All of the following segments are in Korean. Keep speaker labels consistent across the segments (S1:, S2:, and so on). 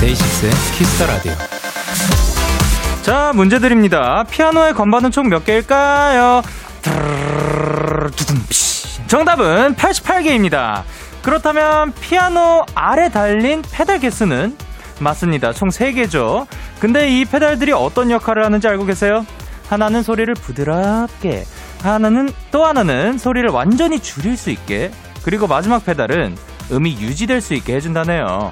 S1: 데이식스의 키스터 라디오.
S2: 자, 문제 드립니다. 피아노의 건반은 총 몇 개일까요? 드르르르, 두둠피시. 정답은 88개입니다. 그렇다면 피아노 아래 달린 페달 개수는? 맞습니다. 총 3개죠. 근데 이 페달들이 어떤 역할을 하는지 알고 계세요? 하나는 소리를 부드럽게, 하나는 또 하나는 소리를 완전히 줄일 수 있게, 그리고 마지막 페달은 음이 유지될 수 있게 해준다네요.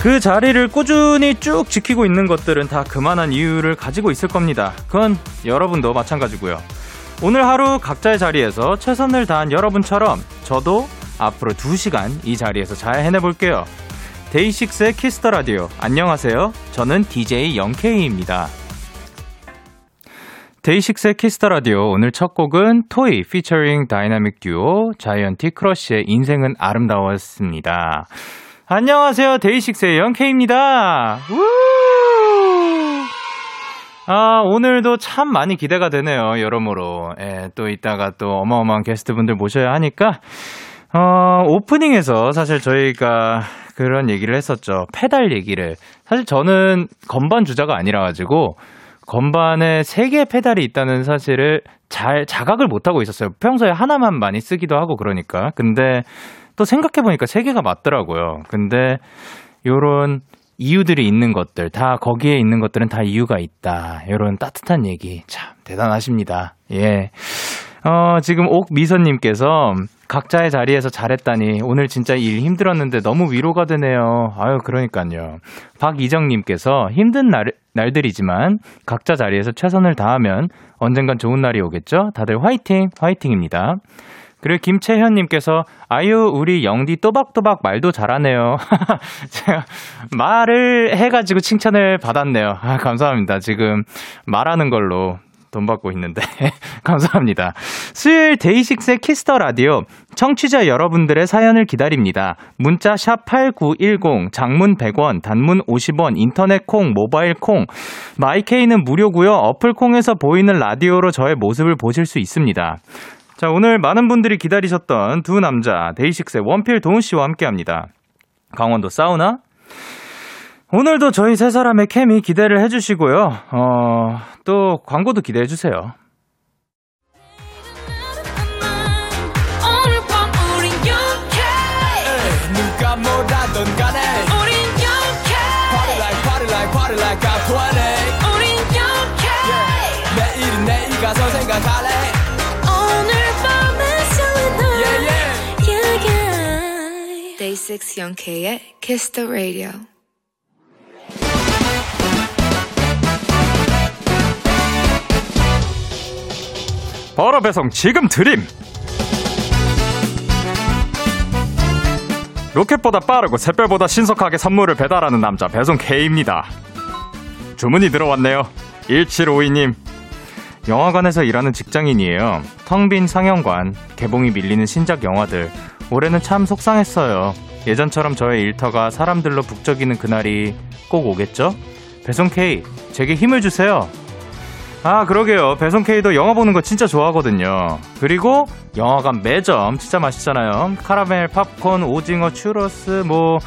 S2: 그 자리를 꾸준히 쭉 지키고 있는 것들은 다 그만한 이유를 가지고 있을 겁니다. 그건 여러분도 마찬가지고요. 오늘 하루 각자의 자리에서 최선을 다한 여러분처럼 저도 앞으로 2시간 이 자리에서 잘 해내볼게요. 데이식스의 키스터 라디오. 안녕하세요. 저는 DJ 영케이입니다. 데이식스의 키스터 라디오 오늘 첫 곡은 토이 피처링 다이나믹 듀오 자이언티 크러쉬의 인생은 아름다웠습니다. 안녕하세요. 데이식스의 영케입니다. 우! 아, 오늘도 참 많이 기대가 되네요. 여러모로. 예, 또 이따가 또 어마어마한 게스트분들 모셔야 하니까 어, 오프닝에서 사실 저희가 그런 얘기를 했었죠. 페달 얘기를. 사실 저는 건반 주자가 아니라 가지고 건반에 세 개의 페달이 있다는 사실을 잘 자각을 못 하고 있었어요. 평소에 하나만 많이 쓰기도 하고 그러니까. 근데 또 생각해 보니까 세 개가 맞더라고요. 근데 요런 이유들이 있는 것들, 다 거기에 있는 것들은 다 이유가 있다. 요런 따뜻한 얘기 참 대단하십니다. 예. 어, 지금 옥미선님께서 각자의 자리에서 잘했다니 오늘 진짜 일 힘들었는데 너무 위로가 되네요. 아유, 그러니까요. 박이정님께서 힘든 날, 날들이지만 각자 자리에서 최선을 다하면 언젠간 좋은 날이 오겠죠? 다들 화이팅! 화이팅입니다. 그리고 김채현님께서 아유 우리 영디 또박또박 말도 잘하네요. 제가 말을 해가지고 칭찬을 받았네요. 아 감사합니다. 지금 말하는 걸로 돈 받고 있는데 감사합니다. 수요일 데이식스의 키스터 라디오 청취자 여러분들의 사연을 기다립니다. 문자 샵 #8910 장문 100원, 단문 50원, 인터넷 콩, 모바일 콩, 마이케이는 무료고요. 어플 콩에서 보이는 라디오로 저의 모습을 보실 수 있습니다. 자, 오늘 많은 분들이 기다리셨던 두 남자, 데이식스의 원필 도훈 씨와 함께 합니다. 강원도 사우나. 오늘도 저희 세 사람의 케미 기대를 해주시고요. 어, 또 광고도 기대해주세요.
S3: 오늘 밤 우린 UK
S4: 누가 뭐라던 간에
S3: 우린
S4: Party
S3: UK
S4: like party like party like I'm 20
S3: 우린 UK
S4: 내일은 내일 가서 생각할래
S3: 오늘 밤에서
S4: yeah, yeah.
S3: 난
S5: Day 6 영케이의 Kiss the Radio.
S2: 바로 배송 지금 드림! 로켓보다 빠르고 샛별보다 신속하게 선물을 배달하는 남자, 배송 K입니다. 주문이 들어왔네요. 1752님. 영화관에서 일하는 직장인이에요. 텅 빈 상영관, 개봉이 밀리는 신작 영화들. 올해는 참 속상했어요. 예전처럼 저의 일터가 사람들로 북적이는 그날이 꼭 오겠죠? 배송 K, 제게 힘을 주세요. 아, 그러게요. 배송 K도 영화 보는 거 진짜 좋아하거든요. 그리고 영화관 매점 진짜 맛있잖아요. 카라멜, 팝콘, 오징어, 츄러스, 뭐,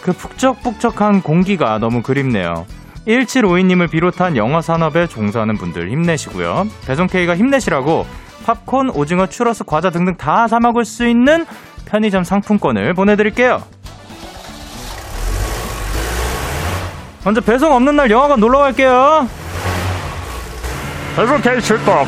S2: 그 북적북적한 공기가 너무 그립네요. 1752님을 비롯한 영화 산업에 종사하는 분들 힘내시고요. 배송 K가 힘내시라고 팝콘, 오징어, 츄러스, 과자 등등 다 사먹을 수 있는 편의점 상품권을 보내드릴게요. 먼저 배송 없는 날 영화관 놀러 갈게요. 배송 K 출동.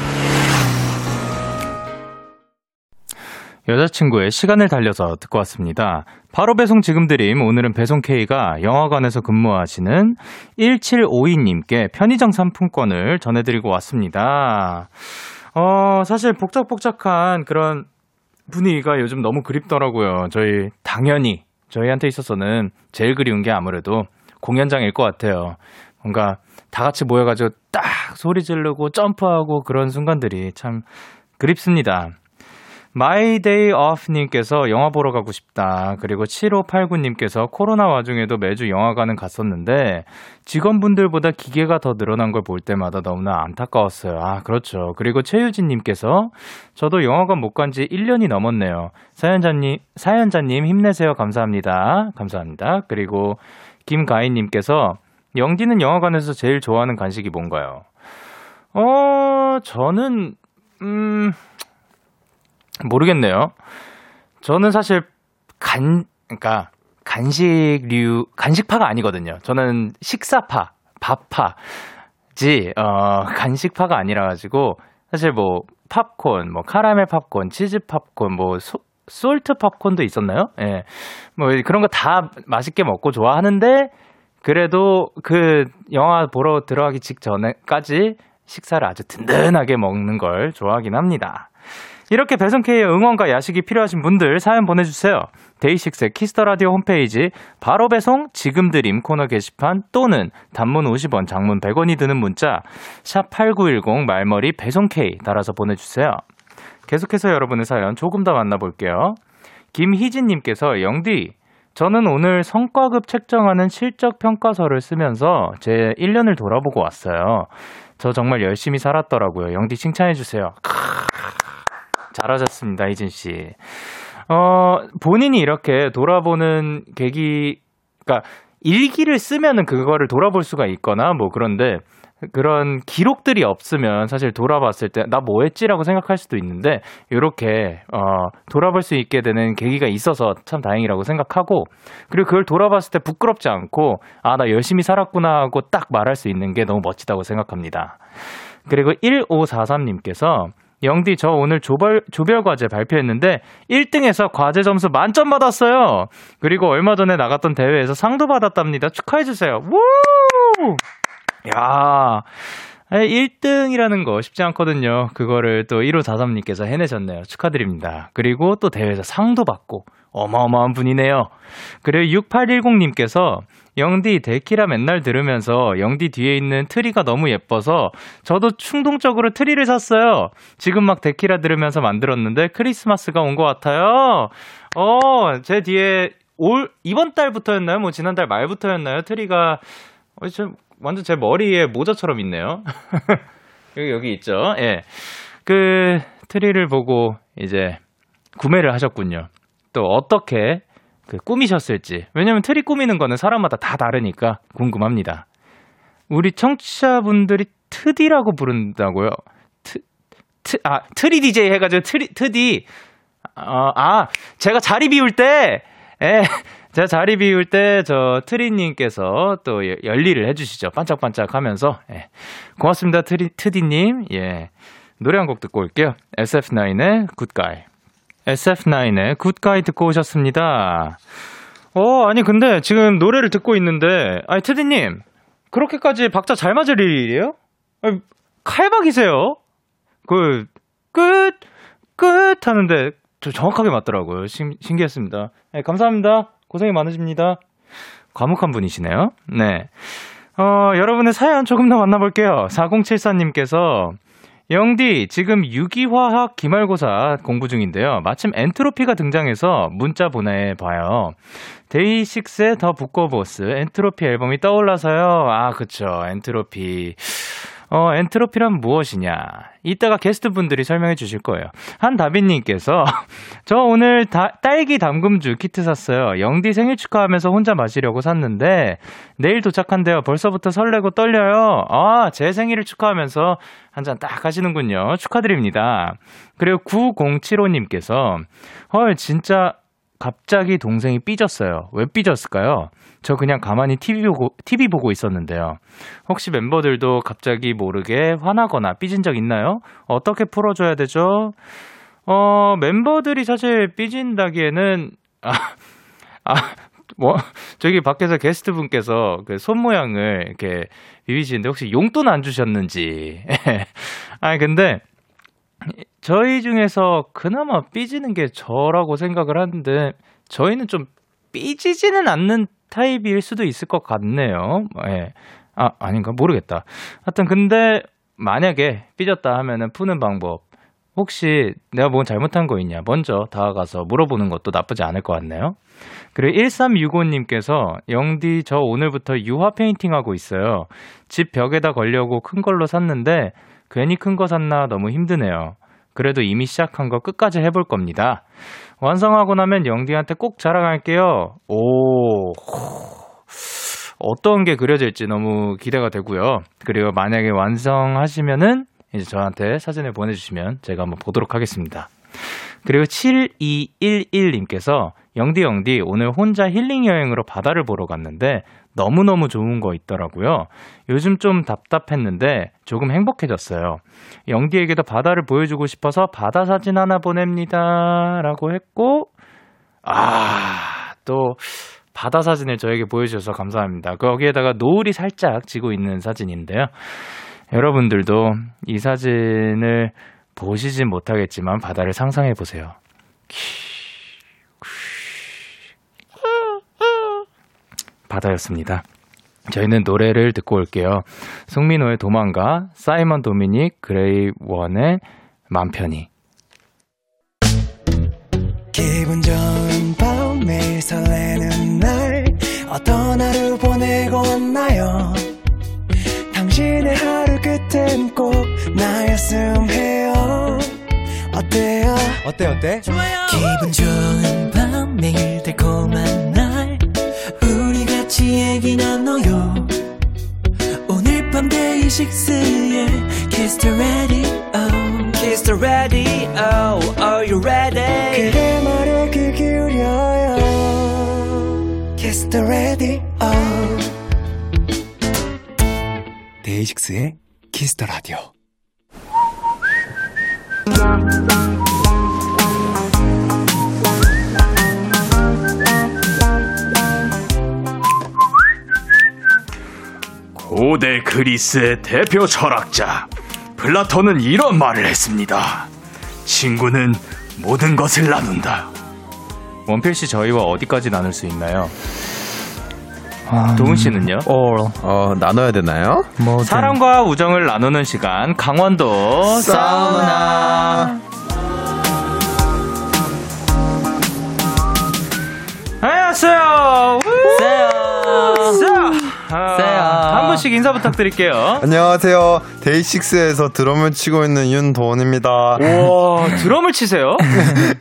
S2: 여자친구의 시간을 달려서 듣고 왔습니다. 바로 배송 지금 드림. 오늘은 배송 K가 영화관에서 근무하시는 1752님께 편의점 상품권을 전해드리고 왔습니다. 어, 사실 복작복작한 그런 분위기가 요즘 너무 그립더라고요. 저희, 당연히, 저희한테 있어서는 제일 그리운 게 아무래도 공연장일 것 같아요. 뭔가 다 같이 모여가지고 딱 소리 지르고 점프하고 그런 순간들이 참 그립습니다. My Day Off님께서 영화 보러 가고 싶다. 그리고 7589님께서 코로나 와중에도 매주 영화관은 갔었는데 직원분들보다 기계가 더 늘어난 걸 볼 때마다 너무나 안타까웠어요. 아, 그렇죠. 그리고 최유진님께서 저도 영화관 못 간 지 1년이 넘었네요. 사연자님, 사연자님 힘내세요. 감사합니다. 감사합니다. 그리고 김가인님께서 영디는 영화관에서 제일 좋아하는 간식이 뭔가요? 어, 저는, 음, 모르겠네요. 저는 사실 간 그러니까 간식류 간식파가 아니거든요. 저는 식사파, 밥파지 어 간식파가 아니라 가지고 사실 뭐 팝콘, 뭐 카라멜 팝콘, 치즈 팝콘, 뭐 소, 솔트 팝콘도 있었나요? 예. 뭐 그런 거 다 맛있게 먹고 좋아하는데 그래도 그 영화 보러 들어가기 직전에까지 식사를 아주 든든하게 먹는 걸 좋아하긴 합니다. 이렇게 배송K의 응원과 야식이 필요하신 분들 사연 보내주세요. 데이식스의 키스터라디오 홈페이지 바로 배송 지금 드림 코너 게시판 또는 단문 50원 장문 100원이 드는 문자 샵 8910 말머리 배송K 달아서 보내주세요. 계속해서 여러분의 사연 조금 더 만나볼게요. 김희진님께서 영디 저는 오늘 성과급 책정하는 실적 평가서를 쓰면서 제 1년을 돌아보고 왔어요. 저 정말 열심히 살았더라고요. 영디 칭찬해주세요. 잘하셨습니다, 이진 씨. 어, 본인이 이렇게 돌아보는 계기, 그러니까 일기를 쓰면은 그거를 돌아볼 수가 있거나 뭐 그런데 그런 기록들이 없으면 사실 돌아봤을 때 나 뭐 했지라고 생각할 수도 있는데 이렇게 어 돌아볼 수 있게 되는 계기가 있어서 참 다행이라고 생각하고 그리고 그걸 돌아봤을 때 부끄럽지 않고 아 나 열심히 살았구나 하고 딱 말할 수 있는 게 너무 멋지다고 생각합니다. 그리고 1543님께서 영디 저 오늘 조별 조별 과제 발표했는데 1등에서 과제 점수 만점 받았어요. 그리고 얼마 전에 나갔던 대회에서 상도 받았답니다. 축하해 주세요. 우! 야. 1등이라는 거 쉽지 않거든요. 그거를 또 1543님께서 해내셨네요. 축하드립니다. 그리고 또 대회에서 상도 받고 어마어마한 분이네요. 그리고 6810님께서 영디 데키라 맨날 들으면서 영디 뒤에 있는 트리가 너무 예뻐서 저도 충동적으로 트리를 샀어요. 지금 막 데키라 들으면서 만들었는데 크리스마스가 온 것 같아요. 어, 제 뒤에 올, 이번 달부터였나요? 뭐 지난달 말부터였나요? 트리가 어, 저 완전 제 머리에 모자처럼 있네요. 여기, 여기 있죠. 예. 그 트리를 보고 이제 구매를 하셨군요. 또 어떻게 그 꾸미셨을지. 왜냐면 트리 꾸미는 거는 사람마다 다 다르니까 궁금합니다. 우리 청취자분들이 트디라고 부른다고요? 트, 트, 아, 트리 DJ 해가지고 트리, 트디. 어, 아, 제가 자리 비울 때, 예, 제가 자리 비울 때, 저, 트리님께서 또 여- 열일을 해주시죠. 반짝반짝 하면서. 예. 고맙습니다, 트리, 트디님. 예. 노래 한 곡 듣고 올게요. SF9의 굿가이. SF9의 굿가이 듣고 오셨습니다. 어, 아니, 근데 지금 노래를 듣고 있는데, 아니, 테디님, 그렇게까지 박자 잘 맞을 일이에요? 아니, 칼박이세요? 그, 끝, 끝 하는데, 저 정확하게 맞더라고요. 신, 신기했습니다. 네, 감사합니다. 고생이 많으십니다. 과묵한 분이시네요. 네. 어, 여러분의 사연 조금 더 만나볼게요. 4074님께서, 영디, 지금 유기화학 기말고사 공부 중인데요. 마침 엔트로피가 등장해서 문자 보내봐요. 데이식스의 더 북거보스 엔트로피 앨범이 떠올라서요. 아, 그쵸. 엔트로피. 어, 엔트로피란 무엇이냐? 이따가 게스트분들이 설명해 주실 거예요. 한다빈님께서, 저 오늘 다- 딸기 담금주 키트 샀어요. 영디 생일 축하하면서 혼자 마시려고 샀는데, 내일 도착한대요. 벌써부터 설레고 떨려요. 아, 제 생일을 축하하면서 한 잔 딱 하시는군요. 축하드립니다. 그리고 9075님께서, 헐, 진짜, 갑자기 동생이 삐졌어요. 왜 삐졌을까요? 저 그냥 가만히 TV 보고, TV 보고 있었는데요. 혹시 멤버들도 갑자기 모르게 화나거나 삐진 적 있나요? 어떻게 풀어줘야 되죠? 어, 멤버들이 사실 삐진다기에는, 아, 아, 뭐, 저기 밖에서 게스트 분께서 그 손 모양을 이렇게 비비시는데 혹시 용돈 안 주셨는지. 아니, 근데, 저희 중에서 그나마 삐지는 게 저라고 생각을 하는데 저희는 좀 삐지지는 않는 타입일 수도 있을 것 같네요. 예. 아, 아닌가? 모르겠다. 하여튼 근데 만약에 삐졌다 하면은 푸는 방법. 혹시 내가 뭔 잘못한 거 있냐? 먼저 다가가서 물어보는 것도 나쁘지 않을 것 같네요. 그리고 1365님께서 영디 저 오늘부터 유화 페인팅 하고 있어요. 집 벽에다 걸려고 큰 걸로 샀는데 괜히 큰 거 샀나 너무 힘드네요. 그래도 이미 시작한 거 끝까지 해볼 겁니다. 완성하고 나면 영디한테 꼭 자랑할게요. 오, 어떤 게 그려질지 너무 기대가 되고요. 그리고 만약에 완성하시면은 이제 저한테 사진을 보내주시면 제가 한번 보도록 하겠습니다. 그리고 7211님께서 영디 영디 오늘 혼자 힐링 여행으로 바다를 보러 갔는데 너무너무 좋은 거 있더라고요. 요즘 좀 답답했는데 조금 행복해졌어요. 영디에게도 바다를 보여주고 싶어서 바다 사진 하나 보냅니다. 라고 했고, 아, 또 바다 사진을 저에게 보여주셔서 감사합니다. 거기에다가 노을이 살짝 지고 있는 사진인데요. 여러분들도 이 사진을 보시진 못하겠지만 바다를 상상해 보세요. 바다였습니다. 저희는 노래를 듣고 올게요. 송민호의 도망가, 사이먼 도미닉, 그레이 원의 맘 편히.
S6: 기분 좋은 밤 매일 설레는 날 어떤 하루 보내고 왔나요 당신의 하루 끝엔 꼭 나였음 해요 어때요
S4: 어때 어때?
S6: 기분 좋은 밤 매일 달콤한 날 우리 같이 얘기 나눠요 오늘 밤 데이식스의 Kiss the Radio
S4: Kiss the radio Are you ready?
S6: 그대 말에 귀 기울여요 Kiss the radio
S4: 데이식스의 키스 더 라디오
S7: 고대 그리스의 대표 철학자 플라톤은 이런 말을 했습니다. 친구는 모든 것을 나눈다.
S2: 원필 씨 저희와 어디까지 나눌 수 있나요? 도훈 씨는요?
S8: 어, 나눠야 되나요?
S2: 네. 사랑과 우정을 나누는 시간 강원도 사우나. 안녕하세요. 세요. 세요. 한 분씩 인사 부탁드릴게요.
S8: 안녕하세요. 데이식스에서 드럼을 치고 있는 윤도원입니다.
S2: 와 드럼을 치세요?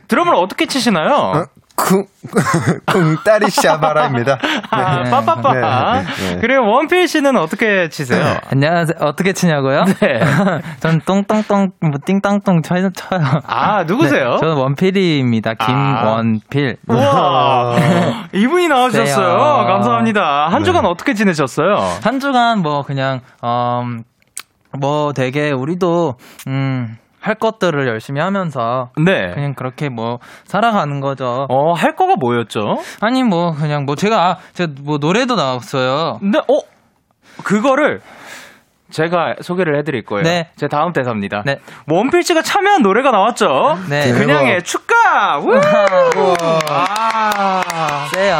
S2: 드럼을 어떻게 치시나요?
S8: 쿵, 쿵따리 샤바라입니다.
S2: 아,
S8: 네.
S2: 빠빠빠.
S8: 네, 네, 네.
S2: 그리고 원필 씨는 어떻게 치세요?
S9: 안녕하세요. 어떻게 치냐고요?
S2: 네.
S9: 전 똥똥똥, 뭐 띵땅똥 쳐요. 쳐요. 네,
S2: 아 누구세요? 아.
S9: 저는 원필이입니다. 김원필.
S2: 우와 이분이 나와주셨어요.
S9: 네.
S2: 감사합니다. 한 주간 어떻게 지내셨어요?
S9: 한 주간 뭐 그냥 음, 뭐 되게 우리도 음, 할 것들을 열심히 하면서
S2: 네.
S9: 그냥 그렇게 뭐 살아가는 거죠.
S2: 어, 할 거가 뭐였죠?
S9: 아니 뭐 그냥 뭐 제가 제가 뭐 노래도 나왔어요.
S2: 근데 어 그거를 제가 소개를 해드릴 거예요.
S9: 네.
S2: 제 다음 대사입니다.
S9: 네.
S2: 원필씨가 참여한 노래가 나왔죠.
S9: 네.
S2: 그냥의 축가. 우!
S8: 우와.
S2: 아.
S9: 세요.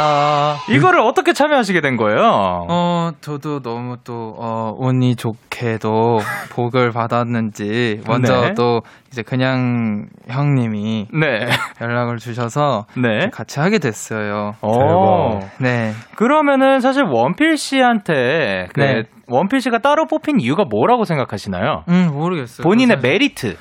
S2: 이거를 어떻게 참여하시게 된 거예요?
S9: 어, 저도 너무 또, 어, 운이 좋게도 복을 받았는지, 먼저
S2: 네.
S9: 또, 이제 그냥 형님이
S2: 네.
S9: 연락을 주셔서,
S2: 네.
S9: 같이 하게 됐어요.
S2: 어.
S9: 네.
S2: 그러면은 사실 원필 씨한테 그
S9: 네.
S2: 원필 씨가 따로 뽑힌 이유가 뭐라고 생각하시나요?
S9: 음, 모르겠어요.
S2: 본인의
S9: 그래서-
S2: 메리트.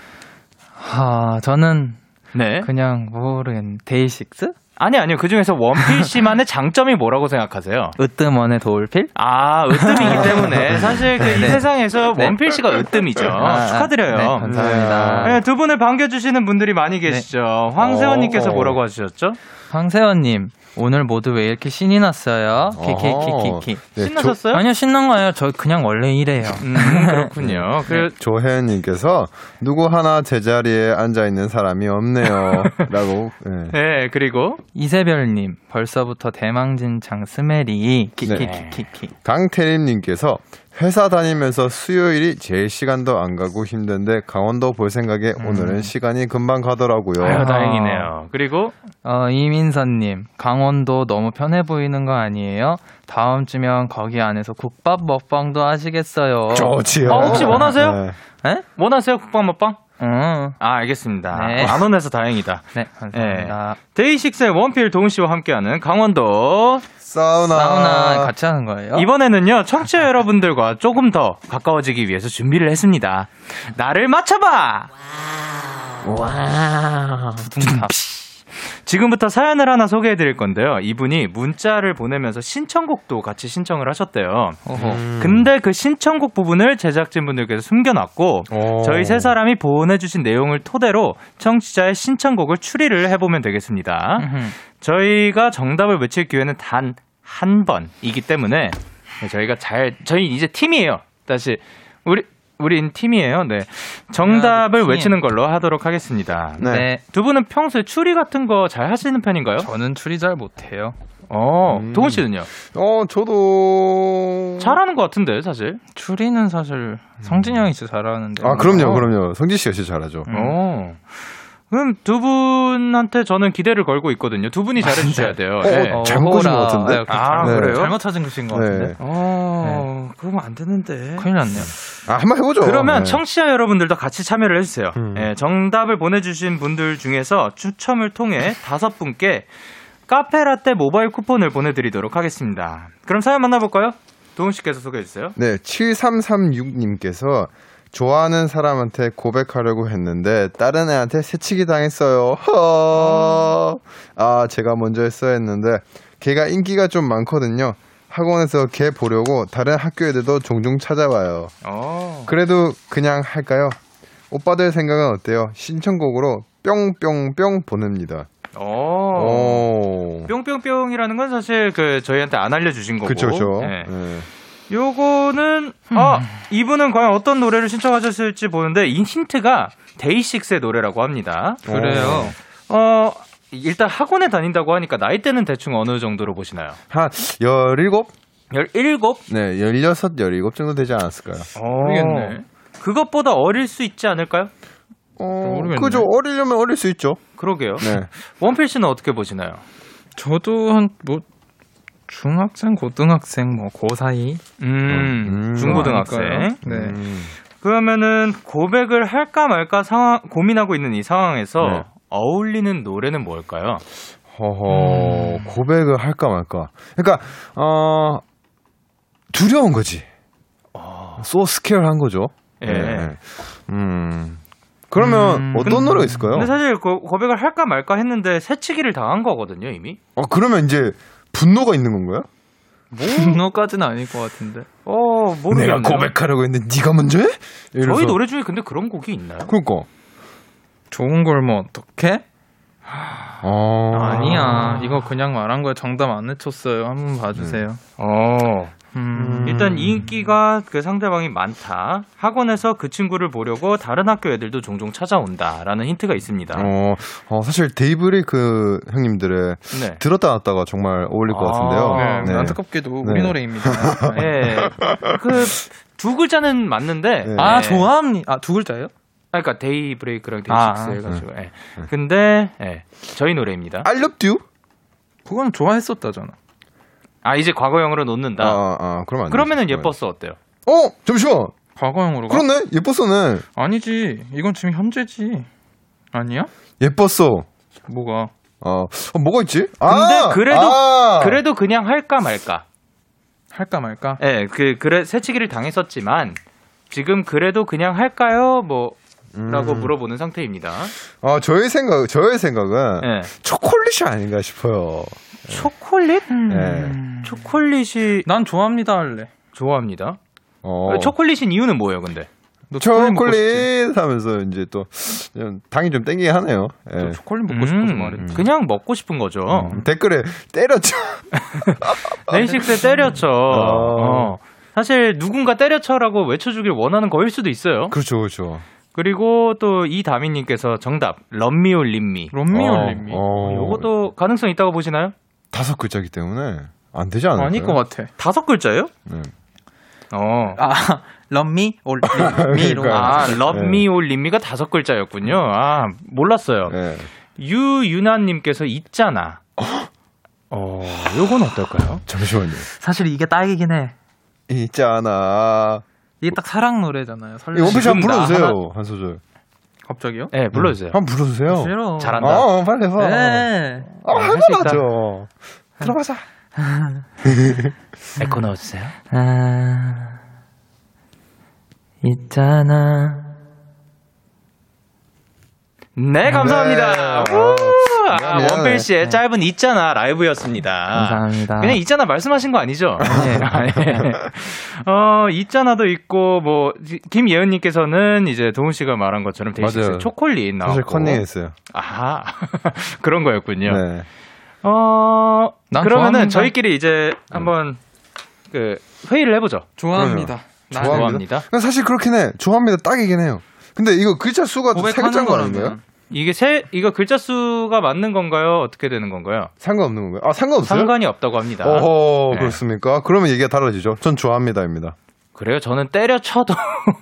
S9: 아, 저는
S2: 네.
S9: 그냥 모르겠네. 데이식스?
S2: 아니 아니요. 그중에서 원필 씨만의 장점이 뭐라고 생각하세요?
S9: 으뜸원의 도울필?
S2: 아, 으뜸이기 때문에 사실 그 이
S9: 네.
S2: 세상에서 원필 씨가 으뜸이죠.
S9: 아,
S2: 축하드려요. 음.
S9: 네, 감사합니다. 네.
S2: 네, 두 분을 반겨주시는 분들이 많이 계시죠.
S8: 어.
S2: 황세원님께서 뭐라고 하셨죠?
S9: 황세원님, 오늘 모두 왜 이렇게 신이 났어요? 키키키키키.
S8: 네, 조,
S2: 신나셨어요?
S9: 아니요, 신난 거예요. 저 그냥 원래 이래요.
S2: 음, 그렇군요. 그
S8: 조혜연님께서 누구 하나 제자리에 앉아 있는 사람이 없네요. 라고. 네.
S2: 네, 그리고
S9: 이세별님, 벌써부터 대망진창 스멜이
S2: 네.
S9: 키키키키키.
S8: 강태림님께서 회사 다니면서 수요일이 제일 시간도 안 가고 힘든데 강원도 볼 생각에 오늘은 시간이 금방 가더라고요.
S2: 음. 아유,
S9: 아.
S2: 다행이네요. 그리고
S9: 어, 이민선님, 강원도 너무 편해 보이는 거 아니에요? 다음 주면 거기 안에서 국밥 먹방도 하시겠어요.
S8: 좋지요.
S2: 아, 혹시 원하세요?
S8: 네.
S9: 에?
S2: 뭐 원하세요? 국밥 먹방?
S9: 응.
S2: 아, 알겠습니다.
S9: 네.
S2: 안 원해서 다행이다.
S9: 네, 감사합니다.
S2: 데이식스의 원필 도훈 씨와 함께하는 강원도
S8: 사우나. 아.
S9: 사우나 같이 하는 거예요?
S2: 이번에는요 청취자 여러분들과 조금 더 가까워지기 위해서 준비를 했습니다. 나를 맞춰봐.
S9: 둥탑.
S2: 지금부터 사연을 하나 소개해 드릴 건데요. 이분이 문자를 보내면서 신청곡도 같이 신청을 하셨대요.
S9: 오호.
S2: 근데 그 신청곡 부분을 제작진분들께서 숨겨놨고
S9: 어.
S8: 오.
S2: 저희 세 사람이 보내주신 내용을 토대로 청취자의 신청곡을 추리를 해보면 되겠습니다.
S9: 음흠.
S2: 저희가 정답을 외칠 기회는 단 한 번이기 때문에 저희가 잘 저희 이제 팀이에요. 다시 우리 우린 팀이에요. 네. 정답을
S9: 팀.
S2: 외치는 걸로 하도록 하겠습니다.
S8: 네.
S9: 네.
S2: 두 분은 평소에 추리 같은 거 잘 하시는 편인가요?
S9: 저는 추리 잘 못해요.
S2: 어,
S8: 음.
S2: 도훈 씨는요?
S8: 어, 저도.
S2: 잘하는 것 같은데 사실.
S9: 추리는 사실 성진이 형이 진짜 잘하는데.
S8: 아, 그럼요, 그럼요. 성지 씨가 진짜 잘하죠.
S9: 음.
S2: 어. 그럼 두 분한테 저는 기대를 걸고 있거든요. 두 분이 잘해 주셔야 돼요.
S8: 어,
S2: 네.
S8: 어. 잘못 거신 것 같은데?
S9: 아,
S2: 아,
S9: 네.
S2: 그래요?
S9: 잘못 찾은 것인 것 같은데.
S8: 네.
S2: 어, 그러면 안 되는데.
S9: 큰일 났네요.
S8: 아, 한번 해보죠.
S2: 그러면
S8: 네.
S2: 청취자 여러분들도 같이 참여를 해주세요.
S8: 음.
S2: 예, 정답을 보내주신 분들 중에서 추첨을 통해 다섯 분께 카페라떼 모바일 쿠폰을 보내드리도록 하겠습니다. 그럼 사연 만나볼까요? 도훈 씨께서 소개해주세요.
S8: 네, 7336님께서 좋아하는 사람한테 고백하려고 했는데 다른 애한테 새치기 당했어요. 허.
S2: 음.
S8: 아, 제가 먼저 했어야 했는데 걔가 인기가 좀 많거든요. 학원에서 걔 보려고 다른 학교 애들도 종종 찾아와요.
S2: 어.
S8: 그래도 그냥 할까요? 오빠들 생각은 어때요? 신청곡으로 뿅뿅뿅 보냅니다.
S2: 어.
S8: 오.
S2: 뿅뿅뿅이라는 건 사실 그 저희한테 안 알려주신 거고.
S8: 그쵸, 그쵸.
S2: 예.
S8: 네.
S2: 요거는 아
S9: 음.
S2: 이분은 과연 어떤 노래를 신청하셨을지 보는데 이 힌트가 데이식스의 노래라고 합니다.
S9: 그래요.
S2: 어 일단 학원에 다닌다고 하니까 나이대는 대충 어느 정도로 보시나요?
S8: 한 17?
S2: 17?
S8: 네, 16, 17 정도 되지 않았을까요?
S2: 어,
S9: 어. 모르겠네.
S2: 그것보다 어릴 수 있지 않을까요?
S8: 어,
S9: 모르겠네.
S8: 그죠. 어리려면 어릴 수 있죠.
S2: 그러게요.
S8: 네.
S2: 원필 씨는 어떻게 보시나요?
S9: 저도 한 뭐 중학생, 고등학생 뭐 고 사이.
S2: 음,
S8: 음,
S2: 중고등학생.
S9: 아닐까요? 네.
S8: 음.
S2: 그러면은 고백을 할까 말까 상황 고민하고 있는 이 상황에서
S8: 네.
S2: 어울리는 노래는 뭘까요?
S8: 허허, 고백을 할까 말까. 그러니까, 어, 두려운 거지. 소 스케일 한 거죠.
S2: 아.
S8: 네.
S2: 예.
S8: 음.
S9: 음,
S8: 그러면 어떤 노래가 있을까요?
S2: 근데 사실 고, 고백을 할까 말까 했는데 새치기를 당한 거거든요, 이미.
S8: 어, 그러면 이제 분노가 있는 건가요?
S9: 뭐? 분노까지는 아닐 것 같은데.
S2: 어, 모르겠네요.
S8: 내가 고백하려고 했는데 네가 먼저 해? 이래서.
S2: 저희 노래 중에 근데 그런 곡이 있나요?
S8: 그러니까.
S9: 좋은 걸 뭐 어떡해?
S8: 어.
S9: 아니야. 이거 그냥 말한 거야. 정답 안 외쳤어요. 한번 봐주세요.
S2: 어.
S9: 음.
S2: 일단 인기가 그 상대방이 많다. 학원에서 그 친구를 보려고 다른 학교 애들도 종종 찾아온다라는 힌트가 있습니다.
S8: 어, 어, 사실 데이브레이크 형님들의
S2: 네.
S8: 들었다 놨다가 정말 어울릴 것
S2: 아,
S8: 같은데요.
S9: 네,
S2: 네.
S9: 안타깝게도
S8: 네.
S9: 우리 노래입니다. 네.
S2: 예. 그 두 글자는 맞는데
S8: 네.
S9: 아
S2: 예.
S9: 좋아합니다. 아 두 글자예요?
S2: 아, 그러니까 데이 브레이크랑 데이
S9: 아,
S2: 식스 해가지고. 예.
S8: 음.
S2: 근데 예. 저희 노래입니다.
S8: I love you?
S9: 그건 좋아했었다잖아.
S2: 아 이제 과거형으로 놓는다.
S8: 아, 아, 그러면 안
S2: 그러면은
S8: 되죠.
S2: 예뻤어 어때요?
S8: 어, 잠시만.
S9: 과거형으로. 가?
S8: 그렇네. 예뻤어네.
S9: 아니지. 이건 지금 현재지. 아니야?
S8: 예뻤어.
S9: 뭐가?
S8: 아, 어, 뭐가 있지?
S2: 근데
S8: 아,
S2: 그래도
S8: 아!
S2: 그래도 그냥 할까 말까.
S9: 할까 말까?
S2: 예, 그 그래 새치기를 당했었지만 지금 그래도 그냥 할까요? 뭐라고
S8: 음.
S2: 물어보는 상태입니다.
S8: 아, 저의 생각, 저의
S9: 음.
S8: 생각은
S2: 예.
S8: 초콜릿이 아닌가 싶어요.
S2: 초콜릿?
S8: 예.
S9: 네.
S2: 초콜릿이
S9: 음. 난 좋아합니다 할래.
S2: 좋아합니다.
S8: 어.
S2: 그 초콜릿인 이유는 뭐예요, 근데?
S9: 너 초콜릿 먹고 싶지?
S8: 초콜릿 하면서 이제 또 좀 당이 좀 땡기게 하네요. 예.
S9: 저 초콜릿 먹고 싶어서
S2: 음,
S9: 말했지.
S2: 그냥 먹고 싶은 거죠.
S8: 음, 댓글에 때렸죠.
S2: 네, 넷식스 때려쳐.
S9: 아.
S2: 어. 사실 누군가 때려쳐라고 외쳐주길 원하는 거일 수도 있어요.
S8: 그렇죠, 그렇죠.
S2: 그리고 또 이다민님께서 정답 럼미올림미. 아,
S9: 롬미 올림미.
S8: 어, 어.
S2: 요것도 가능성 있다고 보시나요?
S8: 다섯 글자기 때문에 안 되지
S9: 음.
S8: 않을까요?
S2: 아닐 것 같아.
S9: 다섯 글자예요?
S8: 네.
S2: 어.
S9: 아, love me or leave me 이런 거.
S8: 그러니까요.
S2: 아, love
S8: 네.
S2: me or leave me가 다섯 글자였군요. 아, 몰랐어요.
S8: 네.
S2: 유유나님께서 있잖아. 어, 요건 어떨까요?
S8: 잠시만요.
S9: 사실 이게 딱이긴 해.
S8: 있잖아.
S9: 이게 딱 사랑 노래잖아요.
S8: 이
S9: 설레.
S8: 원피스
S2: 지금
S8: 한번
S2: 나
S8: 불러주세요. 한 소절. 네.
S9: 갑자기요?
S2: 네, 불러주세요. 아,
S8: 한번 불러주세요.
S9: 싫어.
S2: 잘한다.
S8: 어, 어, 빨리 해봐.
S9: 네.
S8: 아,
S2: 어, 할수 있다. 네.
S8: 해봐죠. 들어가자. 음.
S2: 에코 넣어주세요.
S9: 아, 있잖아.
S2: 네, 감사합니다.
S8: 네.
S2: 우!
S8: 아,
S2: 아,
S8: 미안해.
S2: 원필 씨의 짧은 있잖아 라이브였습니다.
S9: 감사합니다.
S2: 그냥 있잖아 말씀하신 거 아니죠?
S9: 네.
S2: 아, 예. 어, 있잖아도 있고 뭐 지- 김예은님께서는 이제 도훈 씨가 말한 것처럼 데이식스
S8: 맞아요.
S2: 초콜릿 나왔고
S8: 사실 컨닝했어요.
S2: 아 그런 거였군요.
S8: 네.
S2: 어
S9: 난
S2: 그러면은
S9: 좋아합니다.
S2: 저희끼리 이제 한번 그 회의를 해보죠.
S9: 좋아합니다. 난
S2: 좋아.
S8: 좋아합니다. 근데 사실 그렇긴 해. 좋아합니다. 딱이긴 해요. 근데 이거 글자 수가 세 글자인
S9: 고백하는
S8: 거
S9: 거라면
S8: 아닌가요?
S2: 이게 세 이거 글자 수가 맞는 건가요? 어떻게 되는 건가요?
S8: 상관없는 건가요? 아, 상관없어요?
S2: 상관이 없다고 합니다.
S8: 어허,
S2: 네.
S8: 그렇습니까? 그러면 얘기가 달라지죠. 전 좋아합니다입니다.
S2: 그래요. 저는 때려쳐도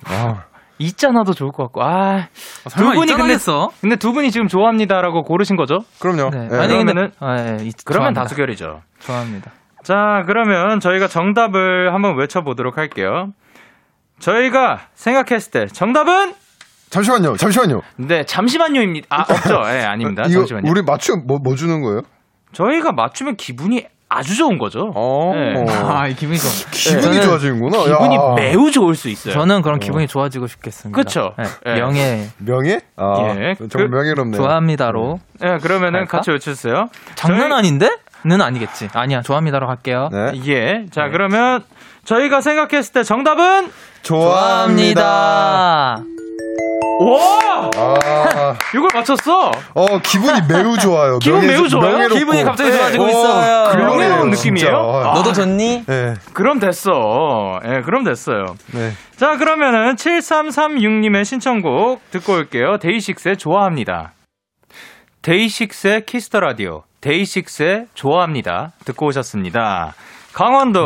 S8: 아,
S2: 있잖아도 좋을 것 같고 아
S9: 설마
S2: 두 분이
S9: 있잖아
S2: 근데-
S9: 했어?
S2: 근데 두 분이 지금 좋아합니다라고 고르신 거죠?
S8: 그럼요.
S9: 네.
S8: 예.
S9: 아니
S2: 그러면은-
S9: 근데 아, 예, 이-
S2: 그러면
S9: 좋아합니다.
S2: 다수결이죠.
S9: 좋아합니다.
S2: 자, 그러면 저희가 정답을 한번 외쳐보도록 할게요. 저희가 생각했을 때 정답은
S8: 잠시만요. 잠시만요.
S2: 네 잠시만요입니다. 아 없죠? 예, 아닙니다.
S8: 이거
S2: 잠시만요.
S8: 우리 맞춤 뭐, 뭐 주는 거예요?
S2: 저희가 맞추면 기분이 아주 좋은 거죠.
S8: 어.
S2: 네.
S9: 아, 네. 이 기분이 좋아.
S8: 기분이
S9: 저는
S8: 좋아지는구나.
S2: 기분이
S8: 야.
S2: 매우 좋을 수 있어요.
S9: 저는 그런 기분이 좋아지고 싶겠습니다.
S2: 그쵸?
S9: 네. 예.
S2: 예.
S9: 명예
S8: 명예? 아,
S2: 예, 그-
S8: 정말 명예롭네요.
S9: 좋아합니다로
S2: 예, 그러면은
S9: 할까?
S2: 같이 외쳐주세요.
S9: 장난 아닌데?는 아니겠지. 아니야, 좋아합니다로 할게요.
S8: 네.
S2: 저희- 예. 자, 그러면 저희가 생각했을 때 정답은
S9: 좋아합니다.
S2: 와!
S8: 아,
S2: 이걸 맞췄어.
S8: 어 기분이 매우 좋아요.
S2: 기분
S8: 명예-
S2: 매우 좋아요?
S8: 명예롭고.
S9: 기분이 갑자기 좋아지고
S8: 어,
S9: 있어요.
S8: 글로리예요,
S2: 명예로운
S8: 진짜.
S2: 느낌이에요?
S8: 아,
S9: 너도 좋니?
S8: 예,
S2: 그럼 됐어. 예, 그럼 됐어요.
S8: 네.
S2: 자, 그러면은 7336님의 신청곡 듣고 올게요. 데이식스의 좋아합니다. 데이식스의 키스터 라디오. 데이식스의 좋아합니다. 듣고 오셨습니다.
S9: 네.
S2: 강원도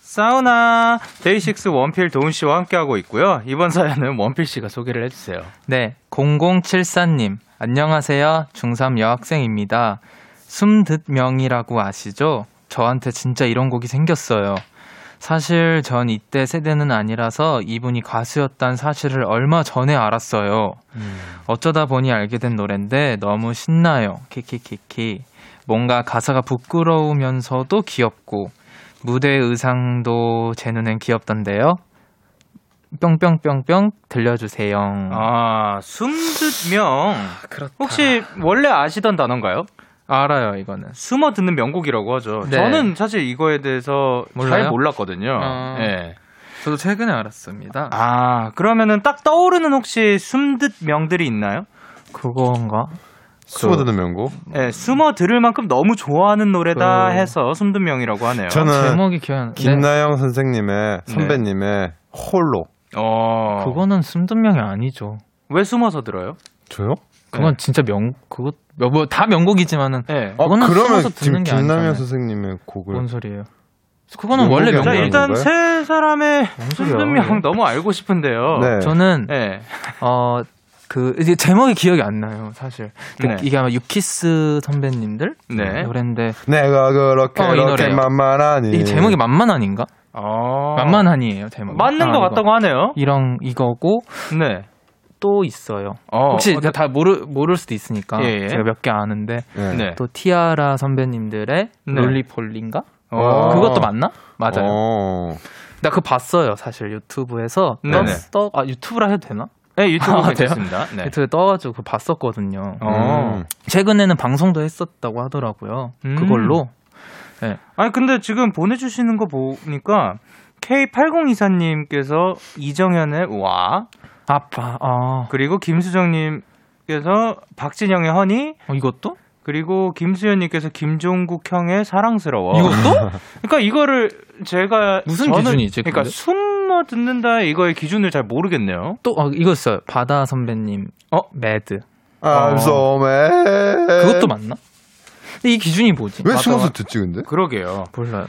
S2: 사우나 데이식스 원필 도훈 씨와 함께하고 있고요. 이번 사연은 원필 씨가 소개를 해주세요.
S9: 네, 0074님. 안녕하세요. 중3 여학생입니다. 숨듣명이라고 아시죠? 저한테 진짜 이런 곡이 생겼어요. 사실 전 이때 세대는 아니라서 이분이 가수였단 사실을 얼마 전에 알았어요. 어쩌다 보니 알게 된 노래인데 너무 신나요. 키키키키. 뭔가 가사가 부끄러우면서도 귀엽고 무대 의상도 제 눈엔 귀엽던데요. 뿅뿅뿅뿅 들려주세요.
S2: 아, 숨듣명. 혹시 원래 아시던 단어인가요?
S9: 알아요 이거는
S2: 숨어 듣는 명곡이라고 하죠.
S9: 네.
S2: 저는 사실 이거에 대해서 잘
S9: 몰라요?
S2: 몰랐거든요.
S9: 어.
S2: 예.
S9: 저도 최근에 알았습니다
S2: 아, 그러면은 딱 떠오르는 혹시 숨듣 명들이 있나요?
S9: 그건가?
S8: 숨어드는 명곡.
S2: 예, 숨어 들을 만큼 너무 좋아하는 노래다
S9: 그-
S2: 해서 숨듣 명이라고 하네요.
S8: 어. 저는
S9: 제목이 기억 안 네.
S8: 김나영 선생님의 선배님의 홀로.
S2: 어.
S9: 네. 그거는 숨든명이 아니죠
S2: 왜 숨어서 들어요?
S8: 저요?
S2: 네.
S9: 그건 진짜 명 그거 뭐다 명곡이지만은
S2: 예.
S8: 아,
S9: 그거는
S8: 그러면
S9: 숨어서 듣는
S8: 지금
S9: 게 아니잖아요.
S8: 김남현 선생님의
S9: 뭔
S8: 곡을
S9: 소리예요 그거는 원래
S8: 명곡이
S2: 자,
S8: 아니에요?
S9: 명곡이
S2: 그러니까 일단
S8: 건가요?
S2: 세 사람의
S9: 소리야.
S2: 숨듣 명 너무 알고 싶은데요.
S8: 네.
S9: 저는 어,
S2: 예.
S9: 어그 이제 제목이 기억이 안 나요 사실 그
S2: 네.
S9: 이게 아마 유키스 선배님들
S2: 네.
S9: 노래인데
S8: 내가 그렇게
S9: 어, 이
S8: 이렇게
S9: 노래요.
S8: 만만하니.
S9: 이 제목이 만만한인가?
S2: 어.
S9: 만만한이에요 제목
S2: 맞는 것 같다고 하네요.
S9: 아, 이런 이거고
S2: 네.
S9: 또 있어요
S2: 어.
S9: 혹시
S2: 어,
S9: 다 모르 모를 수도 있으니까
S2: 예, 예.
S9: 제가 몇 개 아는데
S8: 네.
S2: 네.
S9: 또 티아라 선배님들의
S2: 네.
S9: 롤리폴리인가
S2: 어.
S9: 그것도 맞나? 맞아요.
S8: 어.
S9: 나 그거 봤어요 사실 유튜브라
S2: 네네.
S9: 유튜브에서 떠, 떠- 아 유튜브라 해도 되나?
S2: 네, 유튜브
S9: 아,
S2: 괜찮습니다. 네.
S9: 유튜브에 떠가지고 그거 봤었거든요.
S2: 어.
S8: 음.
S9: 최근에는 방송도 했었다고 하더라고요.
S2: 음.
S9: 그걸로
S2: 아니 근데 지금 보내주시는 거 보니까 K8024님께서 이정현의 와
S9: 아빠 아
S2: 그리고 김수정님께서 박진영의 허니
S9: 어, 이것도
S2: 그리고 김수현님께서 김종국 형의 사랑스러워.
S9: 이것도
S2: 그러니까 이거를 제가
S9: 무슨
S2: 저는
S9: 기준이지,
S2: 그러니까
S9: 근데?
S2: 숨어 듣는다 이거의 기준을 잘 모르겠네요.
S9: 또 어, 이거 있어요. 바다 선배님 어 매드
S2: 네.
S8: 아, I'm so mad.
S9: 그것도 맞나? 근데 이 기준이 뭐지?
S8: 왜
S2: 맞아,
S8: 숨어서
S2: 맞아.
S8: 듣지
S9: 네?
S8: 근데?
S2: 그러게요.
S9: 몰라요.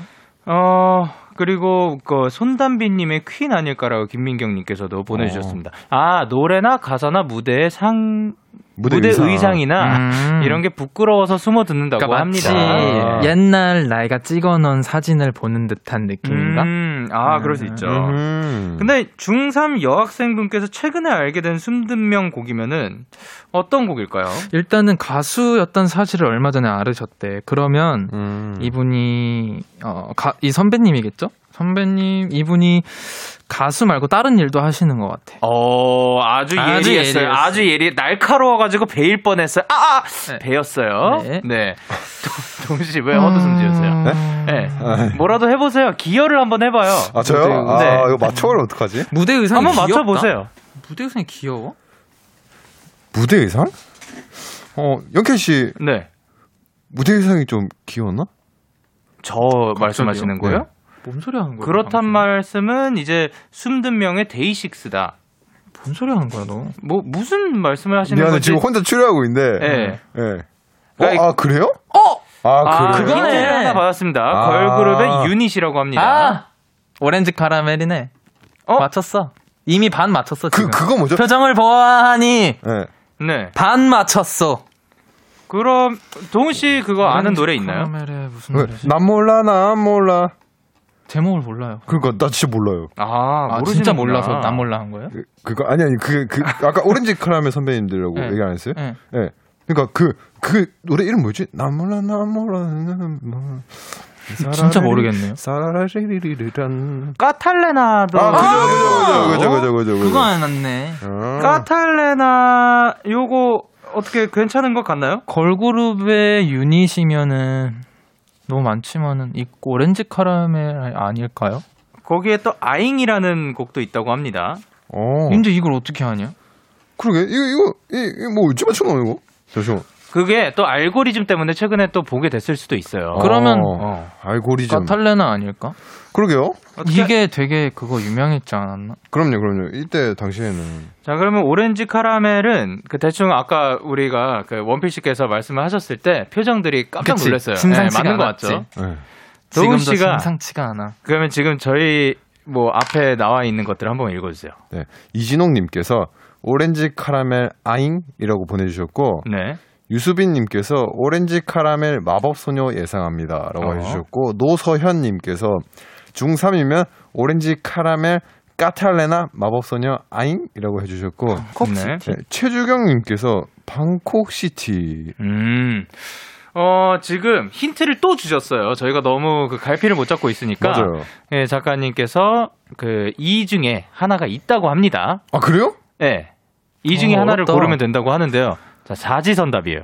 S2: 어, 그리고 그 손담비님의 퀸 아닐까라고 김민경님께서도 보내주셨습니다.
S9: 어.
S2: 아, 노래나 가사나 무대의 상, 무대,
S8: 무대 의상.
S2: 의상이나
S9: 음.
S2: 아, 이런 게 부끄러워서 숨어 듣는다고
S9: 그러니까 마치
S2: 합니다.
S9: 옛날 나이가 찍어놓은 사진을 보는 듯한 느낌인가?
S2: 음, 아, 그럴 수 있죠.
S8: 음.
S2: 근데 중3 여학생분께서 최근에 알게 된 숨듣명 곡이면은 어떤 곡일까요?
S9: 일단은 가수였던 사실을 얼마 전에 알으셨대. 그러면
S8: 음.
S9: 이분이 어, 가, 이 선배님이겠죠? 선배님 이분이 가수 말고 다른 일도 하시는 것 같아.
S2: 어, 아주
S9: 아주
S2: 예리했어요.
S9: 예리했어요.
S2: 아주 예리, 날카로워가지고 베일 뻔했어요. 아, 아!
S9: 네.
S2: 베였어요.
S9: 네.
S2: 네. 동씨, 왜 헛웃음 지으세요? 네. 뭐라도 해보세요. 기여를 한번 해봐요.
S8: 아 저요?
S2: 네.
S8: 아 이거 맞춰버리면 어떡하지?
S9: 무대 의상
S2: 한번 맞춰보세요.
S9: 무대 의상이 귀여워?
S8: 무대 의상? 어 영케 씨
S2: 네.
S8: 무대 의상이 좀 귀여웠나?
S2: 저 말씀하시는 거예요?
S8: 네.
S9: 뭔 소리 하는 거야?
S2: 뭐 그렇단
S9: 방금?
S2: 말씀은 이제 숨든 명의 데이식스다.
S9: 뭔 소리 하는 거야 너?
S2: 뭐, 무슨 말씀을 하시는
S8: 미안해
S2: 거지?
S8: 지금 혼자 추려하고 있는데.
S2: 예.
S8: 예.
S2: 그러니까
S8: 어, 아 그래요? 어. 아
S2: 아,
S8: 그래.
S9: 그거네.
S2: 힌트를 하나 받았습니다.
S8: 아.
S2: 걸그룹의 유닛이라고 합니다.
S9: 아 오렌지 카라멜이네.
S2: 어?
S9: 맞췄어. 이미 반 맞췄어
S8: 그
S9: 지금.
S8: 그거 뭐죠?
S9: 표정을 보아하니
S8: 예.
S2: 네.
S9: 반 맞췄어.
S2: 그럼, 동훈 씨 그거 아는 노래 있나요?
S9: 카라멜의 무슨
S2: 음,
S8: 왜?
S9: 노래지?
S8: 난 몰라 난 몰라.
S9: 제목을 몰라요.
S8: 그러니까 나 진짜 몰라요.
S2: 아,
S9: 아,
S2: 모르시는구나.
S9: 진짜 몰라서 난 몰라 한 거예요?
S8: 그- 그거 아니 아니 그, 그 아까 오렌지 카라멜 선배님들이라고
S2: 네.
S9: 예.
S8: 얘기 안 했어요?
S9: 예.
S8: 예. 그러니까 그 그 노래 이름 뭐였지? 나 몰라 나 몰라 나 몰라.
S9: 진짜 모르겠네요.
S8: 사라라리리리란.
S2: 까탈레나도.
S8: 아 그죠 그죠 그죠 그죠 그죠
S9: 그거
S8: 그죠.
S9: 안 왔네.
S8: 아.
S2: 까탈레나 요거 어떻게 괜찮은 것 같나요?
S9: 걸그룹의 유닛이면은 너무 많지만은 이 오렌지 카라멜 아닐까요?
S2: 거기에 또 아잉이라는 곡도 있다고 합니다.
S8: 어.
S9: 근데 이걸 어떻게 하냐?
S8: 그러게 이거 이거 이거 뭐 어찌 맞춰놓은 이거? 잠시만.
S2: 그게 또 알고리즘 때문에 최근에 또 보게 됐을 수도 있어요.
S9: 그러면-
S8: 어, 알고리즘.
S9: 까탈레나 아닐까?
S8: 그러게요.
S2: 어떻게-
S9: 이게 되게 그거 유명했지 않았나?
S8: 그럼요, 그럼요. 이때 당시에는
S2: 자 그러면 오렌지 카라멜은 그 대충 아까 우리가 그 원필 씨께서 말씀을 하셨을 때 표정들이 깜짝
S9: 그치.
S2: 놀랐어요.
S9: 심상치가
S2: 맞는 것
S9: 않았지.
S2: 같죠?
S8: 예.
S2: 도훈
S9: 지금도
S2: 씨가
S9: 심상치가 않아.
S2: 그러면 지금 저희 뭐 앞에 나와 있는 것들 을 한번 읽어주세요.
S8: 네. 이진홍님께서 오렌지 카라멜 아잉이라고 보내주셨고
S2: 네.
S8: 유수빈님께서 오렌지 카라멜 마법 소녀 예상합니다라고
S2: 어.
S8: 해주셨고 노서현님께서 중3이면 오렌지 카라멜 까탈레나 마법 소녀 아잉이라고 해주셨고
S2: 네.
S8: 네, 최주경님께서 방콕 시티
S2: 음. 어, 지금 힌트를 또 주셨어요. 저희가 너무 그 갈피를 못 잡고 있으니까.
S8: 맞아요.
S2: 예, 작가님께서 그 이 중에 하나가 있다고 합니다.
S8: 아 그래요?
S2: 예. 이 중에
S9: 어,
S2: 하나를
S9: 어렵다.
S2: 고르면 된다고 하는데요. 자, 사지선답이에요.